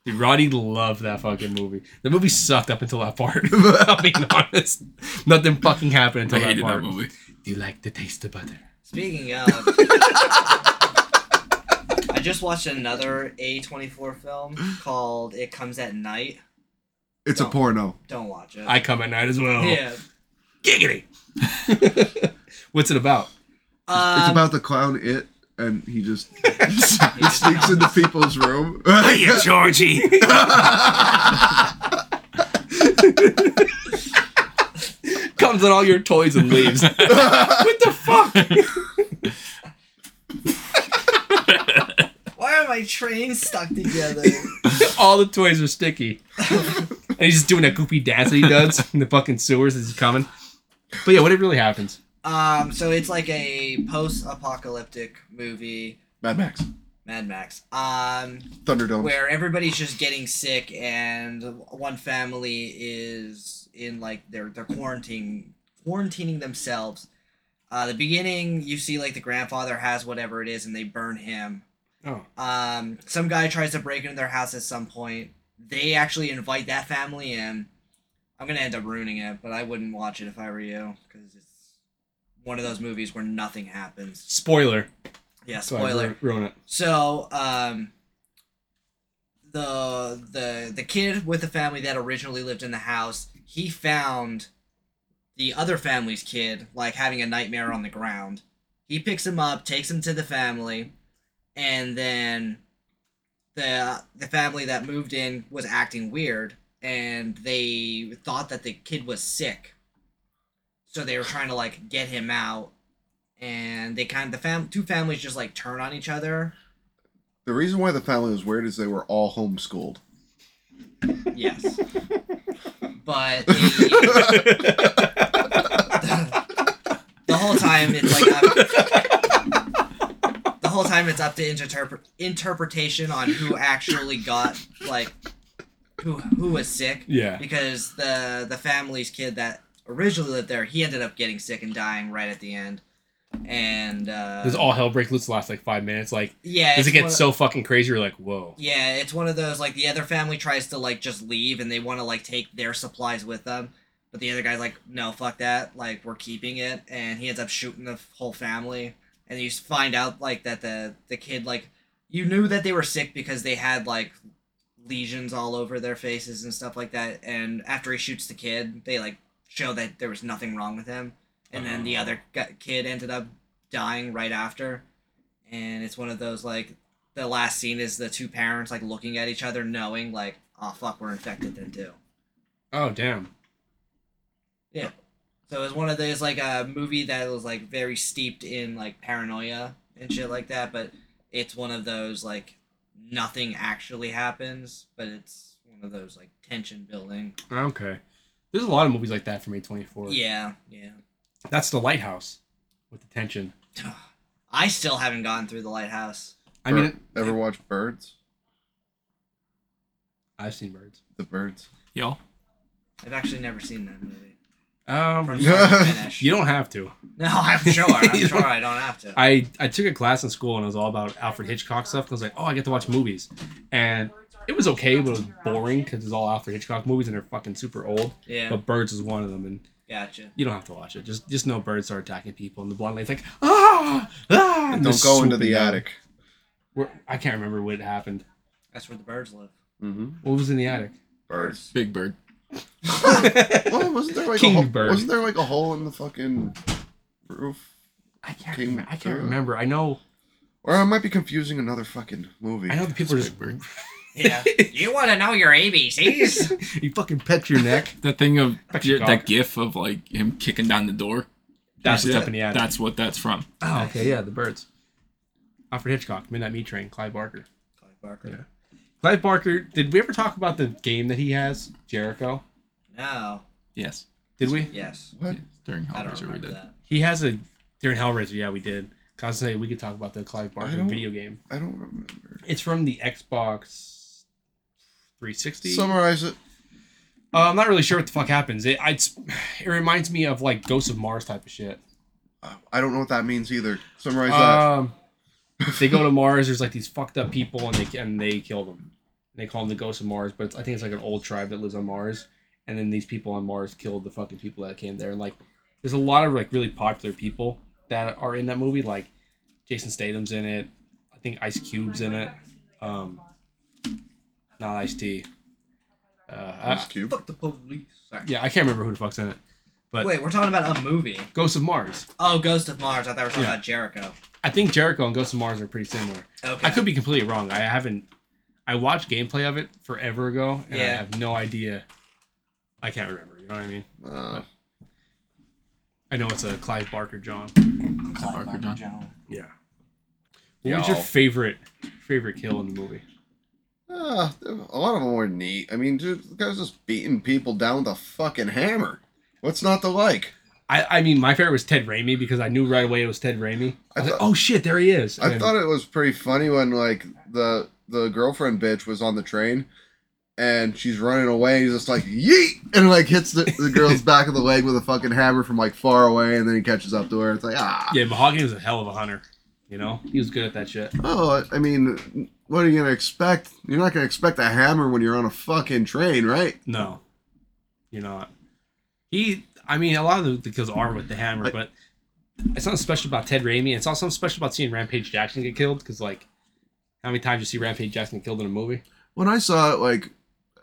Speaker 4: Dude, Roddy loved that fucking movie. The movie sucked up until that part. I'm being honest. Nothing fucking happened
Speaker 3: I
Speaker 4: until that
Speaker 3: hated that
Speaker 4: part.
Speaker 3: movie.
Speaker 4: Do you like the taste of butter?
Speaker 1: Speaking of, I just watched another A24 film called It Comes at Night.
Speaker 2: It's a
Speaker 1: No.
Speaker 2: porno.
Speaker 1: Don't watch it.
Speaker 4: I come at night as well.
Speaker 1: yeah.
Speaker 4: Giggity. What's it about?
Speaker 2: It's
Speaker 1: Um,
Speaker 2: about the clown it, and he just he sneaks into people's room.
Speaker 3: Yeah, Georgie.
Speaker 4: Comes on all your toys and leaves. what the fuck?
Speaker 1: why are my trains stuck together?
Speaker 4: all the toys are sticky. and he's just doing that goofy dance that he does in the fucking sewers as he's coming. But yeah, what it really happens.
Speaker 1: um, so it's like a post-apocalyptic movie,
Speaker 2: Mad Max,
Speaker 1: Mad Max. Um,
Speaker 2: Thunderdome.
Speaker 1: where everybody's just getting sick and one family is in like they're they're quarantining quarantining themselves. Uh, the beginning, you see like the grandfather has whatever it is, and they burn him.
Speaker 4: Oh.
Speaker 1: Um, some guy tries to break into their house at some point. They actually invite that family in. I'm gonna end up ruining it, but I wouldn't watch it if I were you because it's one of those movies where nothing happens.
Speaker 4: Spoiler.
Speaker 1: Yeah,
Speaker 4: Go ahead,
Speaker 1: spoiler.
Speaker 4: ru- Ruin it.
Speaker 1: So, um, the the the kid with the family that originally lived in the house, he found the other family's kid like having a nightmare on the ground. He picks him up, takes him to the family, and then the the family that moved in was acting weird, and they thought that the kid was sick. So they were trying to like get him out, and they kind of the fam two families just like turn on each other.
Speaker 2: The reason why the family was weird is they were all homeschooled.
Speaker 1: Yes. but the, the whole time it's like up, the whole time it's up to interpre- interpretation on who actually got like who who was sick
Speaker 4: Yeah.
Speaker 1: because the the family's kid that originally lived there he ended up getting sick and dying right at the end and uh,
Speaker 4: Does all hell break loose the last like five minutes? Like,
Speaker 1: yeah
Speaker 4: does it
Speaker 1: it's one
Speaker 4: get
Speaker 1: of-
Speaker 4: so fucking crazy? You're like, whoa.
Speaker 1: Yeah, it's one of those like the other family tries to like just leave and they want to like take their supplies with them, but the other guy's like, no, fuck that, like we're keeping it, and he ends up shooting the whole family, and you s- find out like that the the kid like you knew that they were sick because they had like lesions all over their faces and stuff like that, and after he shoots the kid, they like show that there was nothing wrong with him, and then the other gu- kid ended up dying right after, and it's one of those like the last scene is the two parents like looking at each other, knowing like, oh fuck, we're infected then too.
Speaker 4: Oh damn.
Speaker 1: Yeah. So it was one of those like a movie that was like very steeped in like paranoia and shit like that, but it's one of those like nothing actually happens, but it's one of those like tension building.
Speaker 4: Okay. There's a lot of movies like that from A24.
Speaker 1: Yeah, yeah.
Speaker 4: That's The Lighthouse with the tension.
Speaker 1: I still haven't gotten through the lighthouse.
Speaker 4: I mean,
Speaker 2: ever watch Birds?
Speaker 4: I've seen birds.
Speaker 2: The Birds.
Speaker 3: Y'all.
Speaker 1: I've actually never seen that movie.
Speaker 4: Um,
Speaker 1: From start to finish.
Speaker 4: you don't have to.
Speaker 1: No, I'm sure. I'm sure I don't have to.
Speaker 4: I, I took a class in school and it was all about Alfred Hitchcock stuff. And I was like, oh, I get to watch movies. And it was okay, but it was boring because it's all Alfred Hitchcock movies and they're fucking super old.
Speaker 1: Yeah,
Speaker 4: But Birds is one of them. And
Speaker 1: gotcha.
Speaker 4: you don't have to watch it. Just just know birds are attacking people. And the blonde lady's like, ah, ah.
Speaker 2: Don't
Speaker 4: and they're
Speaker 2: go into
Speaker 4: swooping
Speaker 2: the
Speaker 4: down.
Speaker 2: attic.
Speaker 4: We're, I can't remember what happened.
Speaker 1: That's where the birds live.
Speaker 2: Mm-hmm.
Speaker 4: What was in the attic?
Speaker 2: Birds.
Speaker 3: Big Bird.
Speaker 2: Well, wasn't there like
Speaker 4: King
Speaker 2: a hole,
Speaker 4: bird.
Speaker 2: wasn't there like a hole in the fucking roof?
Speaker 4: I can't.
Speaker 2: King
Speaker 4: remember. I can't
Speaker 2: Bird.
Speaker 4: remember. I know.
Speaker 2: Or I might be confusing another fucking movie.
Speaker 4: I know the people are just.
Speaker 1: Yeah. you want to know your ABCs?
Speaker 4: you fucking pet your neck.
Speaker 3: That thing of
Speaker 4: Actually,
Speaker 3: that
Speaker 4: cock.
Speaker 3: gif of like him kicking down the door.
Speaker 4: That's
Speaker 3: You see
Speaker 4: what's up
Speaker 3: that?
Speaker 4: in the attic.
Speaker 3: That's what that's from.
Speaker 4: Oh, okay, yeah, the birds. Alfred Hitchcock, Midnight Meat Train, Clive Barker.
Speaker 1: Clive Barker.
Speaker 4: Clive Barker. Did we ever talk about the game that he has, Jericho?
Speaker 1: No.
Speaker 3: Yes.
Speaker 4: Did we?
Speaker 1: Yes.
Speaker 2: What?
Speaker 3: During
Speaker 1: I don't
Speaker 3: Hellraiser we
Speaker 1: remember
Speaker 3: did.
Speaker 1: that.
Speaker 4: He has a during Hellraiser. Yeah, we did. Constantly, we could talk about the Clive Barker
Speaker 2: don't-
Speaker 4: video game.
Speaker 2: I don't remember.
Speaker 4: It's from the Xbox 360.
Speaker 2: Summarize it.
Speaker 4: Uh, I'm not really sure what the fuck happens. It I, it's- it reminds me of like Ghosts of Mars type of shit.
Speaker 2: Uh, I don't know what that means either. Summarize
Speaker 4: Um, they go to Mars. There's like these fucked up people, and they and they kill them. They call them the Ghosts of Mars, but it's, I think it's like an old tribe that lives on Mars. And then these people on Mars killed the fucking people that came there. And like, there's a lot of like really popular people that are in that movie. Like, Jason Statham's in it. I think Ice Cube's in it. Um, not Ice T. Uh,
Speaker 2: that.
Speaker 4: I-
Speaker 2: Ice Cube.
Speaker 1: Fuck the police. Sorry.
Speaker 4: yeah, I can't remember who the fuck's in it. but-
Speaker 1: Wait, we're talking about a movie.
Speaker 4: Ghosts of Mars.
Speaker 1: Oh, Ghost of Mars. I thought we were talking
Speaker 4: Yeah.
Speaker 1: about Jericho.
Speaker 4: I think Jericho and Ghosts of Mars are pretty similar.
Speaker 1: Okay.
Speaker 4: I could be completely wrong. I haven't. I watched gameplay of it forever ago, and I
Speaker 1: Yeah.
Speaker 4: have no idea. I can't remember. You know what I mean?
Speaker 2: Uh,
Speaker 4: I know it's a Clive Barker John.
Speaker 3: Barker John.
Speaker 4: Yeah. What
Speaker 2: Yeah.
Speaker 4: was your favorite favorite kill in the movie?
Speaker 2: uh, a lot of them were neat. I mean, dude, the guy's just beating people down with a fucking hammer. What's not to like?
Speaker 4: I, I mean, my favorite was Ted Raimi because I knew right away it was Ted Raimi. I
Speaker 2: I
Speaker 4: was like,
Speaker 2: thought-
Speaker 4: oh shit, there he is.
Speaker 2: I thought it was pretty funny when like the the girlfriend bitch was on the train and she's running away and he's just like yeet and like hits the, the girl's back of the leg with a fucking hammer from like far away and then he catches up to her. It's like ah
Speaker 4: Yeah, Mahogany was a hell of a hunter. You know, he was good at that shit.
Speaker 2: oh I mean what are you gonna expect? You're not gonna expect a hammer when you're on a fucking train, right?
Speaker 4: No, you're not. He, I mean, a lot of the, the kills are with the hammer,
Speaker 2: I-
Speaker 4: but it's something special about Ted Raimi. and It's also something special about seeing Rampage Jackson get killed because, like, how many times you see Rampage Jackson get killed in a movie?
Speaker 2: When I saw it like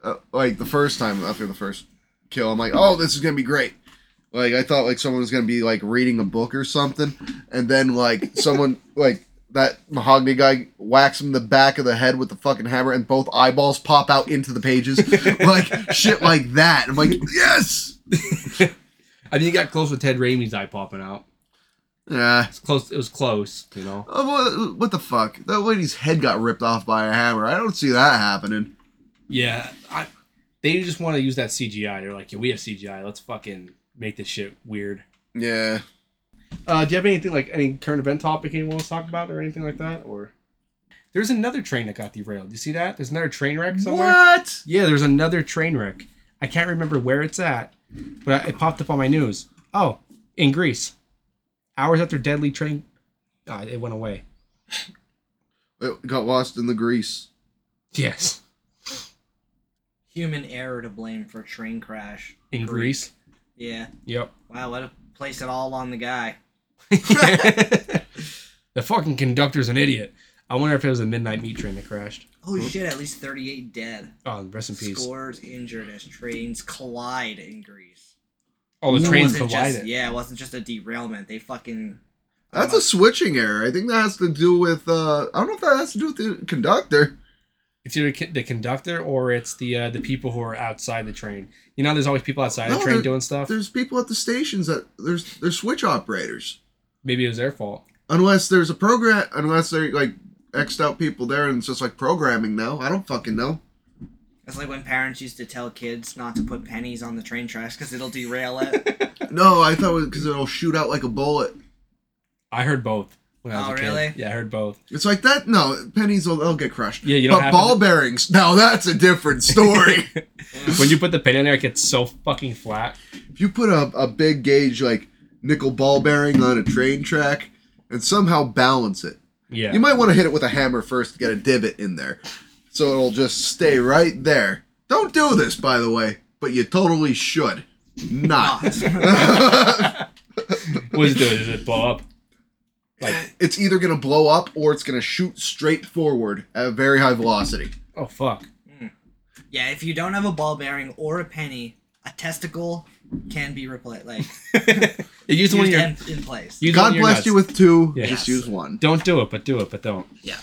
Speaker 2: uh, like the first time after the first kill, I'm like oh this is gonna be great. Like I thought like someone was gonna be like reading a book or something, and then like someone like that mahogany guy whacks him in the back of the head with the fucking hammer, and both eyeballs pop out into the pages, like shit like that. I'm like yes,
Speaker 4: I mean, he got close with Ted Raimi's eye popping out.
Speaker 2: yeah.
Speaker 4: It's close. It was close, you know.
Speaker 2: Oh, what, what the fuck? That lady's head got ripped off by a hammer. I don't see that happening.
Speaker 4: Yeah, I, they just want to use that CGI. They're like, yeah, we have CGI. Let's fucking make this shit weird.
Speaker 2: Yeah.
Speaker 4: Uh, do you have anything like any current event topic anyone wants to talk about or anything like that? Or there's another train that got derailed. You see that? There's another train wreck somewhere.
Speaker 2: What?
Speaker 4: Yeah, there's another train wreck. I can't remember where it's at, but it popped up on my news. Oh, in Greece. Hours after deadly train. Ah, it went away.
Speaker 2: It got lost in the grease.
Speaker 4: Yes.
Speaker 1: Human error to blame for train crash.
Speaker 4: In Greece.
Speaker 1: Yeah.
Speaker 4: Yep.
Speaker 1: Wow, what a place it all on the guy.
Speaker 4: the fucking conductor's an idiot. I wonder if it was a midnight meat train that crashed.
Speaker 1: Holy shit, at least 38 dead.
Speaker 4: Oh, rest in peace.
Speaker 1: Scores injured as trains collide in Greece.
Speaker 4: Oh, the
Speaker 1: So it
Speaker 4: trains
Speaker 1: wasn't just-
Speaker 4: collided.
Speaker 1: Yeah, it wasn't just a derailment. They fucking. Oh
Speaker 2: Oh That's a switching error. I think that has to do with. uh I don't know if that has to do with the conductor.
Speaker 4: It's either ki- the conductor or it's the uh, the people who are outside the train. You know, there's always people outside
Speaker 2: No,
Speaker 4: the train
Speaker 2: there-
Speaker 4: doing stuff.
Speaker 2: There's people at the stations that there's there's switch operators.
Speaker 4: Maybe it was their fault.
Speaker 2: Unless there's a program, unless they're like xed out people there and it's just like programming now. I don't fucking know.
Speaker 1: That's like when parents used to tell kids not to put pennies on the train tracks because it'll derail it.
Speaker 2: No, I thought it was because it'll shoot out like a bullet.
Speaker 4: I heard both. When I was
Speaker 1: Oh,
Speaker 4: a kid.
Speaker 1: really?
Speaker 4: Yeah, I heard both.
Speaker 2: It's like that. No, pennies will they'll get crushed.
Speaker 4: Yeah, you don't
Speaker 2: But
Speaker 4: have
Speaker 2: ball bearings. Now that's a different story.
Speaker 4: when you put the pin in there, it gets so fucking flat.
Speaker 2: if you put a, a big gauge like nickel ball bearing on a train track and somehow balance it,
Speaker 4: Yeah.
Speaker 2: you might want to hit it with a hammer first to get a divot in there, so it'll just stay right there. Don't do this, by the way, but you totally should. Not.
Speaker 4: What's it doing? Does it blow up? Like,
Speaker 2: it's either gonna blow up or it's gonna shoot straight forward at a very high velocity.
Speaker 4: oh fuck.
Speaker 1: yeah, if you don't have a ball bearing or a penny, a testicle can be replaced. Like
Speaker 4: You use the one
Speaker 1: used
Speaker 4: in your.
Speaker 1: in, in place.
Speaker 4: Use the one
Speaker 2: God
Speaker 4: in your
Speaker 2: bless
Speaker 4: nuts.
Speaker 2: you with two.
Speaker 4: Yeah.
Speaker 2: Just use one.
Speaker 4: Don't do it, but do it, but don't.
Speaker 1: Yeah.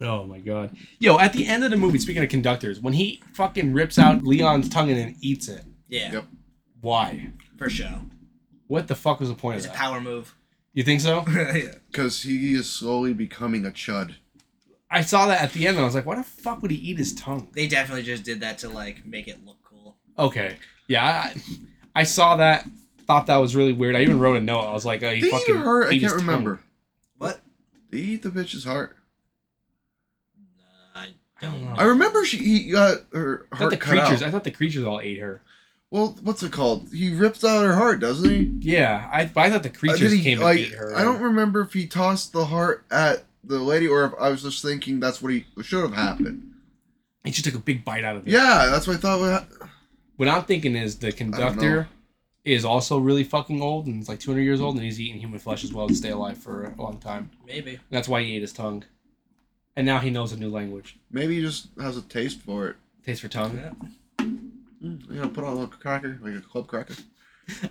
Speaker 4: Oh my god. Yo, at the end of the movie, speaking of conductors, when he fucking rips out Leon's tongue and then eats it,
Speaker 1: Yeah,
Speaker 2: Yep.
Speaker 4: why?
Speaker 1: for sure.
Speaker 4: What the fuck was the point
Speaker 1: It's a
Speaker 4: of that?
Speaker 1: power move.
Speaker 4: You think so?
Speaker 1: yeah.
Speaker 2: Because he is slowly becoming a chud.
Speaker 4: I saw that at the end and I was like, why the fuck would he eat his tongue?
Speaker 1: They definitely just did that to like make it look cool.
Speaker 4: Okay. Yeah, I, I saw that, thought that was really weird. I even wrote a note. I was like, oh, he
Speaker 2: Did he eat
Speaker 4: fucking.
Speaker 2: her?
Speaker 4: ate
Speaker 2: I
Speaker 4: his
Speaker 2: can't
Speaker 4: tongue.
Speaker 2: remember.
Speaker 1: What?
Speaker 2: Did he eat the bitch's heart?
Speaker 1: I don't
Speaker 4: know.
Speaker 1: know.
Speaker 2: I remember she he got her
Speaker 4: I thought
Speaker 2: heart
Speaker 4: the
Speaker 2: cut
Speaker 4: creatures.
Speaker 2: out.
Speaker 4: I thought the creatures all ate her.
Speaker 2: Well, what's it called? He rips out her heart, doesn't he?
Speaker 4: Yeah, I, I thought the
Speaker 2: Uh,
Speaker 4: creatures
Speaker 2: did he,
Speaker 4: came
Speaker 2: like,
Speaker 4: and ate her.
Speaker 2: I don't remember if he tossed the heart at the lady or if I was just thinking that's what he what should have happened.
Speaker 4: He just took a big bite out of it.
Speaker 2: Yeah, that's what I thought. would hap-
Speaker 4: What I'm thinking is the
Speaker 2: know.
Speaker 4: conductor is also really fucking old and is like 200 years old and he's eating human flesh as well to stay alive for a long time.
Speaker 1: Maybe.
Speaker 4: And that's why he ate his tongue. And now he knows a new language.
Speaker 2: Maybe he just has a taste for it.
Speaker 4: Taste for tongue.
Speaker 1: Yeah.
Speaker 2: Mm, You know, put on a little cracker, like a club cracker.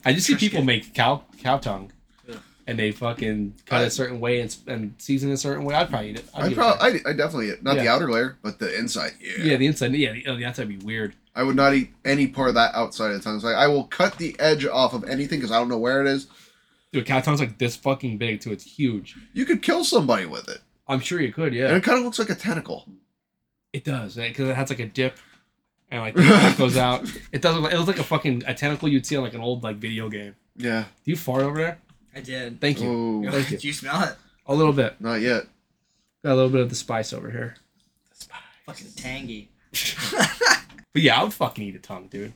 Speaker 4: I just see
Speaker 1: Trisket.
Speaker 4: people make cow cow tongue.
Speaker 1: Ugh.
Speaker 4: And they fucking cut it a certain way and, s- and season it a certain way. I'd probably eat it. I'd
Speaker 2: I
Speaker 4: be
Speaker 2: probably,
Speaker 4: okay.
Speaker 2: I, I definitely eat- not the
Speaker 4: Yeah.
Speaker 2: outer layer, but the inside. Yeah.
Speaker 4: yeah. the inside. Yeah, the, oh, the outside would be weird.
Speaker 2: I would not eat any part of that outside of the tongue. It's like I will cut the edge off of anything because I don't know where it is.
Speaker 4: Dude, cow tongue's like this fucking big too. It's huge.
Speaker 2: You could kill somebody with it,
Speaker 4: I'm sure you could.
Speaker 2: and
Speaker 4: Yeah,
Speaker 2: it kind of looks like a tentacle.
Speaker 4: it does because it has like a dip. And like the mouth goes out. It doesn't. It looks like a fucking a tentacle you'd see on like an old like video game.
Speaker 2: Yeah.
Speaker 4: Do you fart over there?
Speaker 1: I did.
Speaker 4: Thank you.
Speaker 2: Oh,
Speaker 4: Thank you.
Speaker 1: Did you smell it?
Speaker 4: A little bit.
Speaker 2: not yet.
Speaker 4: Got a little bit of the spice over here.
Speaker 1: Fucking tangy.
Speaker 4: But yeah, I would fucking eat a tongue, dude.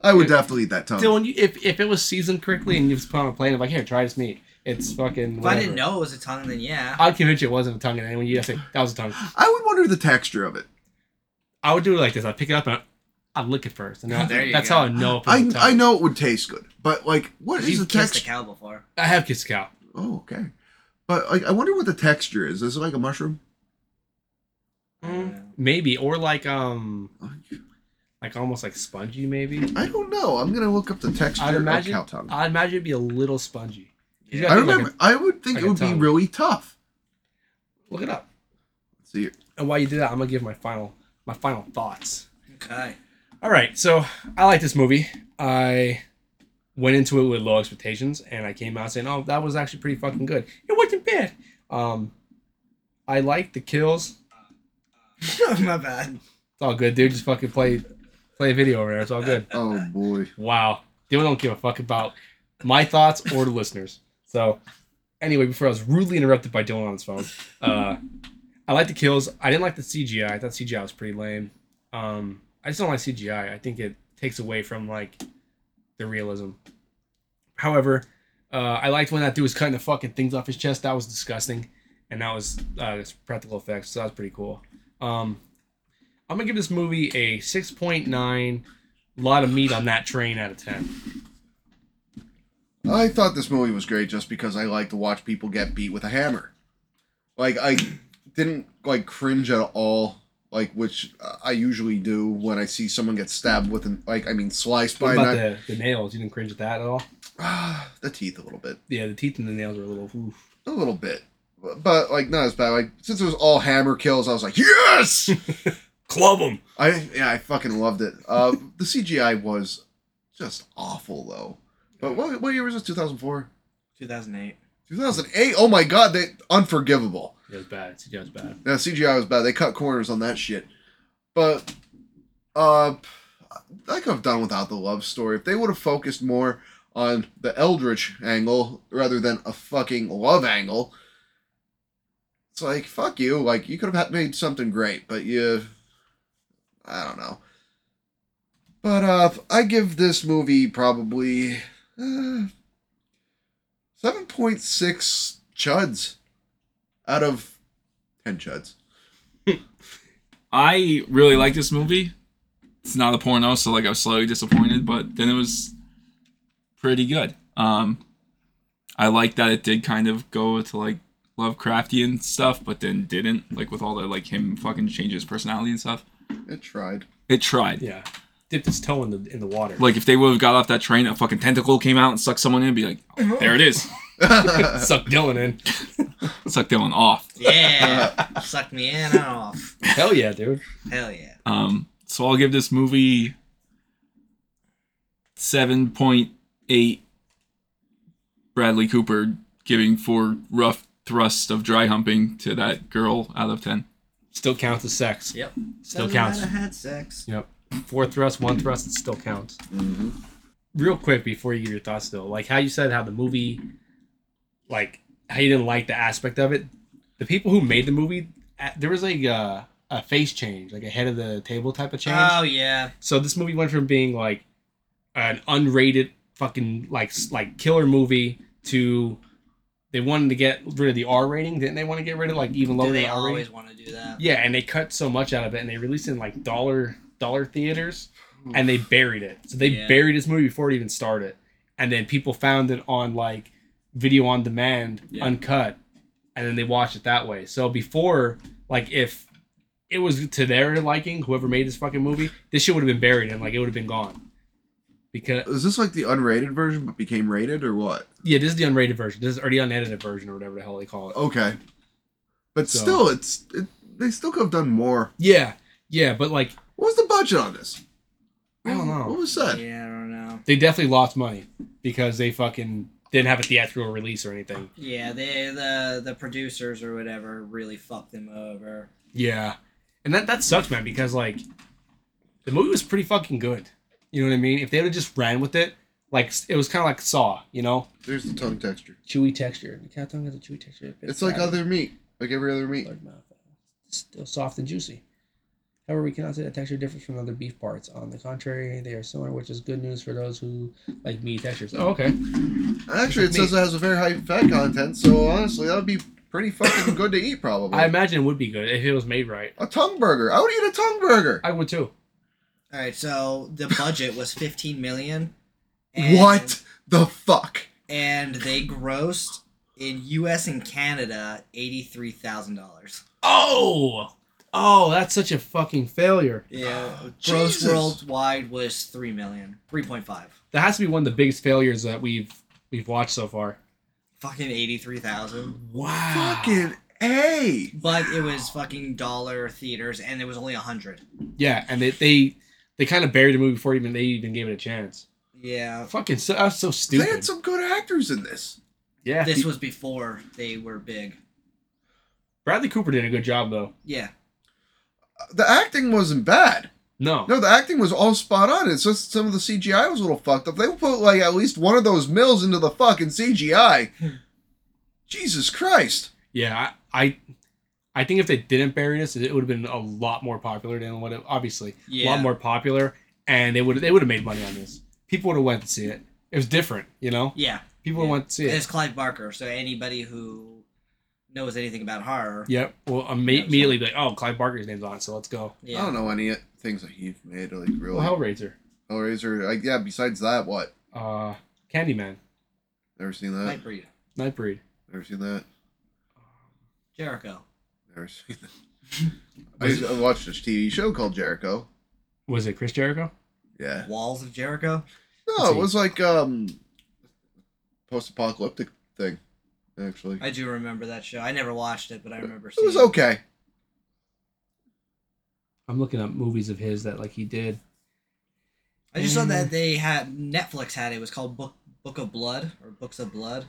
Speaker 2: I would definitely eat that tongue.
Speaker 4: Dylan, you, if, if it was seasoned correctly and you just put on a plane, I'm like, here, try this meat. It's
Speaker 1: If
Speaker 4: fucking.
Speaker 1: I
Speaker 4: Whatever.
Speaker 1: didn't know it was a tongue, then yeah.
Speaker 4: I'd convince you it wasn't a tongue, and then when you say that was a tongue,
Speaker 2: I would wonder the texture of it.
Speaker 4: I would do it like this. I'd pick it up and I'd lick it first, and then
Speaker 1: There you
Speaker 4: that's
Speaker 1: go.
Speaker 4: how I know. If it was
Speaker 2: I,
Speaker 4: a tongue.
Speaker 2: I know it would taste good, but like, what Oh, is
Speaker 1: you
Speaker 2: the
Speaker 1: kissed a
Speaker 2: texture?
Speaker 1: cow before.
Speaker 4: I have kissed a cow.
Speaker 2: Oh, okay. But like, I wonder what the texture is. Is it like a mushroom?
Speaker 1: Mm.
Speaker 4: Maybe or like um
Speaker 2: Like,
Speaker 4: like almost like spongy maybe.
Speaker 2: I don't know. I'm gonna look up the texture
Speaker 4: I'd imagine.
Speaker 2: of cow tongue. I,
Speaker 4: I'd imagine it'd be a little spongy. You
Speaker 1: Yeah.
Speaker 4: gotta think like
Speaker 2: remember. I would think
Speaker 4: like
Speaker 2: it
Speaker 4: a
Speaker 2: would be
Speaker 4: tongue.
Speaker 2: really tough.
Speaker 4: a- look it up.
Speaker 2: Let's see,
Speaker 4: And while you do that, I'm gonna give my final my final thoughts.
Speaker 1: Okay.
Speaker 4: All right, so I like this movie. I went into it with low expectations, and I came out saying, "Oh, that was actually pretty fucking good. It wasn't bad." Um, I like the kills.
Speaker 1: My bad.
Speaker 4: It's all good, dude. Just fucking play, play a video over there. It's all good.
Speaker 2: oh boy.
Speaker 4: Wow, Dylan don't give a fuck about my thoughts or the listeners. So, anyway, before I was rudely interrupted by Dylan on his phone, uh, I like the kills. I didn't like the CGI. I thought CGI was pretty lame. Um, I just don't like CGI. I think it takes away from like the realism. However, uh, I liked when that dude was cutting the fucking things off his chest. That was disgusting, and that was uh, it's practical effects. So that was pretty cool. Um, I'm gonna give this movie a six point nine. A lot of meat on that train out of ten.
Speaker 2: I thought this movie was great just because I like to watch people get beat with a hammer. Like I didn't like cringe at all, like which uh, I usually do when I see someone get stabbed with an like I mean sliced
Speaker 4: What
Speaker 2: by
Speaker 4: about
Speaker 2: a knife.
Speaker 4: the, the nails? You didn't cringe at that at all?
Speaker 2: Ah, the teeth a little bit,
Speaker 4: Yeah, the teeth and the nails were a little. Oof.
Speaker 2: a little bit. But, but like not as bad. Like since it was all hammer kills, I was like, yes.
Speaker 4: Club them.
Speaker 2: I yeah, I fucking loved it. Uh, the CGI was just awful though. But what, what year was this? Two thousand four,
Speaker 1: 2008.
Speaker 2: two thousand eight. Oh my god, they unforgivable.
Speaker 4: It was bad. It was bad.
Speaker 2: Yeah, CGI was bad. They cut corners on that shit. But uh, I could have done without the love story if they would have focused more on the Eldritch angle rather than a fucking love angle. It's like fuck you. Like you could have had- made something great, but you, I don't know. But uh, I give this movie probably uh, seven point six chuds out of ten chuds.
Speaker 3: I really like this movie. It's not a porno, so like I was slightly disappointed, but then it was pretty good. Um, I like that it did kind of go to like Lovecraftian stuff, but then didn't like with all the like him fucking change his personality and stuff.
Speaker 2: It tried.
Speaker 3: It tried.
Speaker 4: Yeah. Dipped its toe in the in the water.
Speaker 3: Like if they would have got off that train, a fucking tentacle came out and sucked someone in, be like, "Oh, there it is,
Speaker 2: uh, Mm-hmm.
Speaker 4: Suck Dylan in.
Speaker 3: suck Dylan off.
Speaker 1: Yeah, suck me in and off.
Speaker 4: Hell yeah, dude.
Speaker 1: Hell yeah.
Speaker 3: Um, so I'll give this movie seven point eight. Bradley Cooper giving four rough thrusts of dry humping to that girl out of ten.
Speaker 4: Still counts as sex.
Speaker 1: Yep.
Speaker 4: Still
Speaker 1: Doesn't
Speaker 4: counts.
Speaker 1: matter, had sex.
Speaker 4: Yep. Four thrusts, one thrust, it still counts.
Speaker 2: Mm-hmm.
Speaker 4: Real quick before you give your thoughts though, like how you said how the movie, like how you didn't like the aspect of it. The people who made the movie, uh, there was like a, a face change, like a head of the table type of change.
Speaker 1: Oh yeah.
Speaker 4: So this movie went from being like an unrated fucking like like killer movie to they wanted to get rid of the R rating, didn't they? Want to get rid of like even lower
Speaker 1: Do they
Speaker 4: than R
Speaker 1: always
Speaker 4: rating?
Speaker 1: want to do that?
Speaker 4: Yeah, and they cut so much out of it, and they released it in like dollar dollar theaters, and they buried it. So they
Speaker 1: Yeah.
Speaker 4: buried this movie before it even started, and then people found it on like video on demand,
Speaker 3: Yeah.
Speaker 4: uncut, and then they watched it that way. So before, like if it was to their liking, whoever made this fucking movie, this shit would have been buried and like it would have been gone. Because
Speaker 2: Is this like the unrated version but became rated or what?
Speaker 4: yeah, this is the unrated version. This is already unedited version or whatever the hell they call it.
Speaker 2: Okay. But
Speaker 4: So-
Speaker 2: still, it's it, they still could have done more.
Speaker 4: Yeah, yeah, but like
Speaker 2: What was the budget on this?
Speaker 4: I don't know.
Speaker 2: What was that?
Speaker 1: Yeah, I don't know.
Speaker 4: they definitely lost money because they fucking didn't have a theatrical release or anything.
Speaker 1: Yeah, they the the producers or whatever really fucked them over.
Speaker 4: Yeah, and that that sucks, man. Because like, the movie was pretty fucking good. You know what I mean? If they would have just ran with it, like it was kind of like Saw, you know,
Speaker 2: There's the tongue texture.
Speaker 4: chewy texture. You can't tell me the chewy texture.
Speaker 2: It's like other meat, like every other meat.
Speaker 4: still soft and juicy. However, we cannot say that texture differs from other beef parts. On the contrary, they are similar, which is good news for those who like meat textures. Oh, okay.
Speaker 2: Actually, it
Speaker 4: It's
Speaker 2: says
Speaker 4: meat.
Speaker 2: it has a very high fat content, so honestly, that would be pretty fucking good to eat probably.
Speaker 4: I imagine it would be good if it was made right.
Speaker 2: a tongue burger. I would eat a tongue burger.
Speaker 4: I would too.
Speaker 1: All right, so the budget was 15 million.
Speaker 2: what the fuck?
Speaker 1: And they grossed in U.S. and Canada eighty-three thousand dollars.
Speaker 4: Oh, oh, that's such a fucking failure.
Speaker 1: Yeah,
Speaker 2: Oh,
Speaker 1: Uh, gross
Speaker 2: Jesus.
Speaker 1: worldwide was three million, three point five.
Speaker 4: That has to be one of the biggest failures that we've we've watched so far.
Speaker 1: Fucking eighty-three thousand.
Speaker 4: Wow.
Speaker 2: Fucking A.
Speaker 1: But it was fucking dollar theaters, and it was only a hundred.
Speaker 4: Yeah, and they they, they kind of buried the movie before even they even gave it a chance.
Speaker 1: Yeah,
Speaker 4: Fucking, so, that's so
Speaker 2: They
Speaker 4: stupid.
Speaker 2: had some good actors in this.
Speaker 4: yeah,
Speaker 1: this was before they were big.
Speaker 4: Bradley Cooper did a good job though.
Speaker 1: Yeah,
Speaker 2: The acting wasn't bad.
Speaker 4: No,
Speaker 2: No, the acting was all spot on. It's just some of the CGI was a little fucked up. They put like at least one of those mills into the fucking CGI. Jesus Christ.
Speaker 4: yeah, I, I, I think if they didn't bury this, it would have been a lot more popular than what it obviously a
Speaker 1: Yeah.
Speaker 4: lot more popular, and they would they would have made money on this. People would have went to see it. It was different, you know.
Speaker 1: yeah.
Speaker 4: People
Speaker 1: Yeah.
Speaker 4: went to see
Speaker 1: And
Speaker 4: it.
Speaker 1: It's Clive Barker, so anybody who knows anything about horror, yeah,
Speaker 4: Yep. Well, imme-
Speaker 1: Yeah, so-
Speaker 4: immediately be like, oh, Clive Barker's name's on, it, so let's go.
Speaker 2: I don't know any things that he made like really.
Speaker 4: Well, Hellraiser,
Speaker 2: Hellraiser. Like yeah. Besides that, what?
Speaker 4: uh, Candyman,
Speaker 2: Never seen that.
Speaker 1: Nightbreed,
Speaker 4: Nightbreed.
Speaker 2: Never seen that.
Speaker 1: Jericho.
Speaker 2: Never seen that. I, used to- I watched this TV show called Jericho.
Speaker 4: Was it Chris Jericho?
Speaker 2: Yeah.
Speaker 1: Walls of Jericho.
Speaker 2: No,
Speaker 4: Let's
Speaker 2: it was like um, post-apocalyptic thing. actually.
Speaker 1: I do remember that show. I never watched it, but I remember
Speaker 2: It
Speaker 1: seeing.
Speaker 2: was okay.
Speaker 4: I'm looking up movies of his that like he did.
Speaker 1: I just saw that they had Netflix had it. It was called Book Book of Blood or Books of Blood.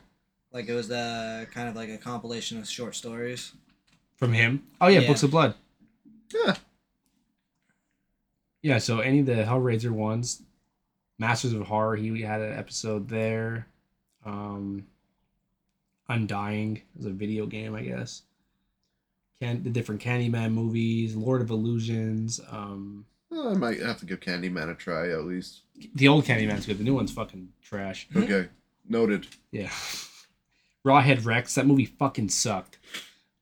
Speaker 1: Like it was uh, kind of like a compilation of short stories.
Speaker 4: From him? Oh yeah,
Speaker 1: Yeah.
Speaker 4: Books of Blood.
Speaker 2: Yeah.
Speaker 4: Yeah, so any of the Hellraiser ones, Masters of Horror, he had an episode there. Um Undying is a video game, I guess. Can the different Candyman movies, Lord of Illusions, um
Speaker 2: Well, I might have to give Candyman a try at least.
Speaker 4: the old Candyman's good, the new one's fucking trash.
Speaker 2: Okay, noted.
Speaker 4: Yeah. Rawhead Rex, that movie fucking sucked.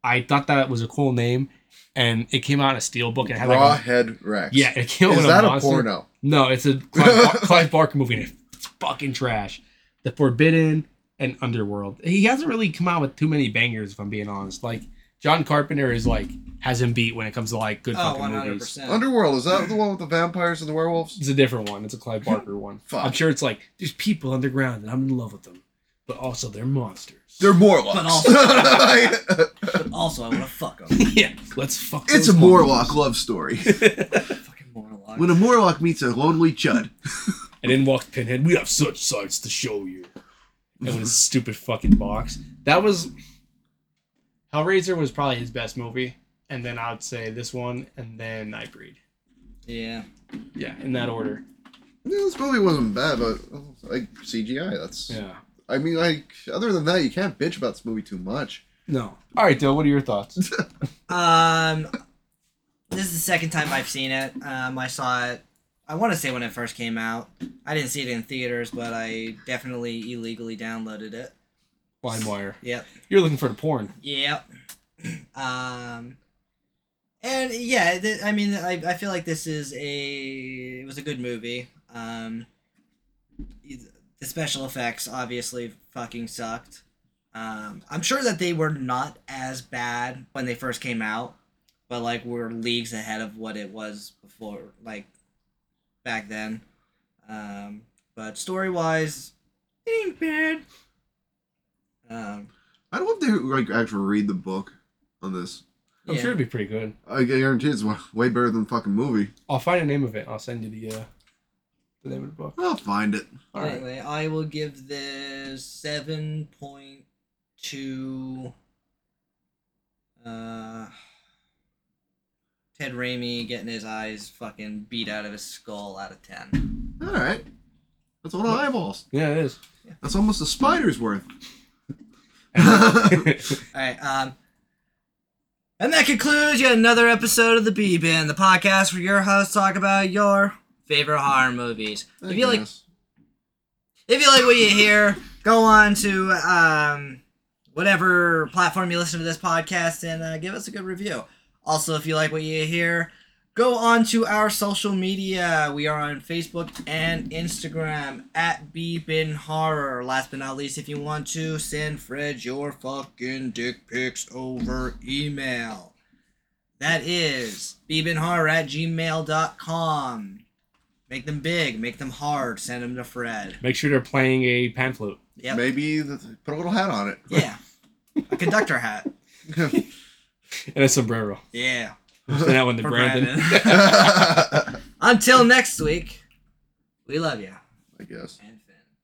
Speaker 4: I thought that was a cool name, and it came out in a steel book and it had like a-
Speaker 2: Rawhead Rex.
Speaker 4: Yeah, it came
Speaker 2: Is
Speaker 4: out with
Speaker 2: that
Speaker 4: a
Speaker 2: a
Speaker 4: monster.
Speaker 2: porno?
Speaker 4: No, it's a Clive, Bar- Clive Barker movie, and it's fucking trash. The Forbidden and Underworld. He hasn't really come out with too many bangers, if I'm being honest. Like John Carpenter is like has him beat when it comes to like good
Speaker 1: Oh,
Speaker 4: fucking
Speaker 1: one hundred
Speaker 4: movies.
Speaker 1: percent.
Speaker 2: Underworld is that the one with the vampires and the werewolves?
Speaker 4: It's a different one. It's a Clive Barker one.
Speaker 2: Fuck.
Speaker 4: I'm sure it's like there's people underground, and I'm in love with them, but also they're monsters.
Speaker 2: They're Morlocks.
Speaker 1: But also- Also, I want to fuck them.
Speaker 4: yeah, let's fuck.
Speaker 2: it's a
Speaker 4: those
Speaker 2: Morlock love story.
Speaker 1: Fucking Morlock.
Speaker 2: when a Morlock meets a lonely Chud.
Speaker 4: And then walks Pinhead. We have such sights to show you. And with his stupid fucking box. That was Hellraiser was probably his best movie. And then I'd say this one and then Nightbreed.
Speaker 1: Yeah.
Speaker 4: Yeah, in that order.
Speaker 2: Yeah, this movie wasn't bad, but oh, like CGI. That's.
Speaker 4: Yeah.
Speaker 2: I mean, like other than that, you can't bitch about this movie too much.
Speaker 4: No. All right, Dale, what are your thoughts?
Speaker 1: Um, this is the second time I've seen it. Um, I saw it. I want to say when it first came out. I didn't see it in theaters, but I definitely illegally downloaded it.
Speaker 4: LimeWire.
Speaker 1: Yep.
Speaker 4: You're looking for the porn.
Speaker 1: Yep. Um, and yeah, th- I mean, I, I feel like this is a it was a good movie. Um, the special effects obviously fucking sucked. Um, I'm sure that they were not as bad when they first came out, but like were leagues ahead of what it was before, like back then. Um, but story wise, it ain't bad. Um,
Speaker 2: I don't know if they like actually read the book on this.
Speaker 4: I'm
Speaker 1: yeah.
Speaker 4: sure it'd be pretty good.
Speaker 2: I guarantee it's wa- way better than the fucking movie.
Speaker 4: I'll find the name of it. I'll send you the uh the name of the book.
Speaker 2: I'll find it.
Speaker 4: All right.
Speaker 1: Anyway, I will give this seven point two. Uh, Ted Raimi getting his eyes fucking beat out of his skull out of ten.
Speaker 2: All right. That's all the eyeballs.
Speaker 4: Yeah, it is.
Speaker 2: That's almost a spider's worth.
Speaker 1: All right, um, and that concludes yet another episode of the B Bin, the podcast where your hosts talk about your favorite horror movies.
Speaker 2: I
Speaker 1: if you like,
Speaker 2: guess.
Speaker 1: if you like what you hear, go on to um, whatever platform you listen to this podcast and uh, give us a good review. Also, if you like what you hear, go on to our social media. We are on Facebook and Instagram at Beepin Horror. Last but not least, if you want to send Fred your fucking dick pics over email. That is beebinhorror at gmail.com. Make them big, make them hard, send them to Fred.
Speaker 4: Make sure they're playing a pan flute.
Speaker 1: Yep.
Speaker 2: maybe the, put a little hat on it.
Speaker 1: Yeah. A conductor hat.
Speaker 4: And a sombrero.
Speaker 1: Yeah.
Speaker 4: Send that one to
Speaker 1: For
Speaker 4: Brandon.
Speaker 1: Brandon. Until next week, we love you.
Speaker 2: I guess.
Speaker 1: And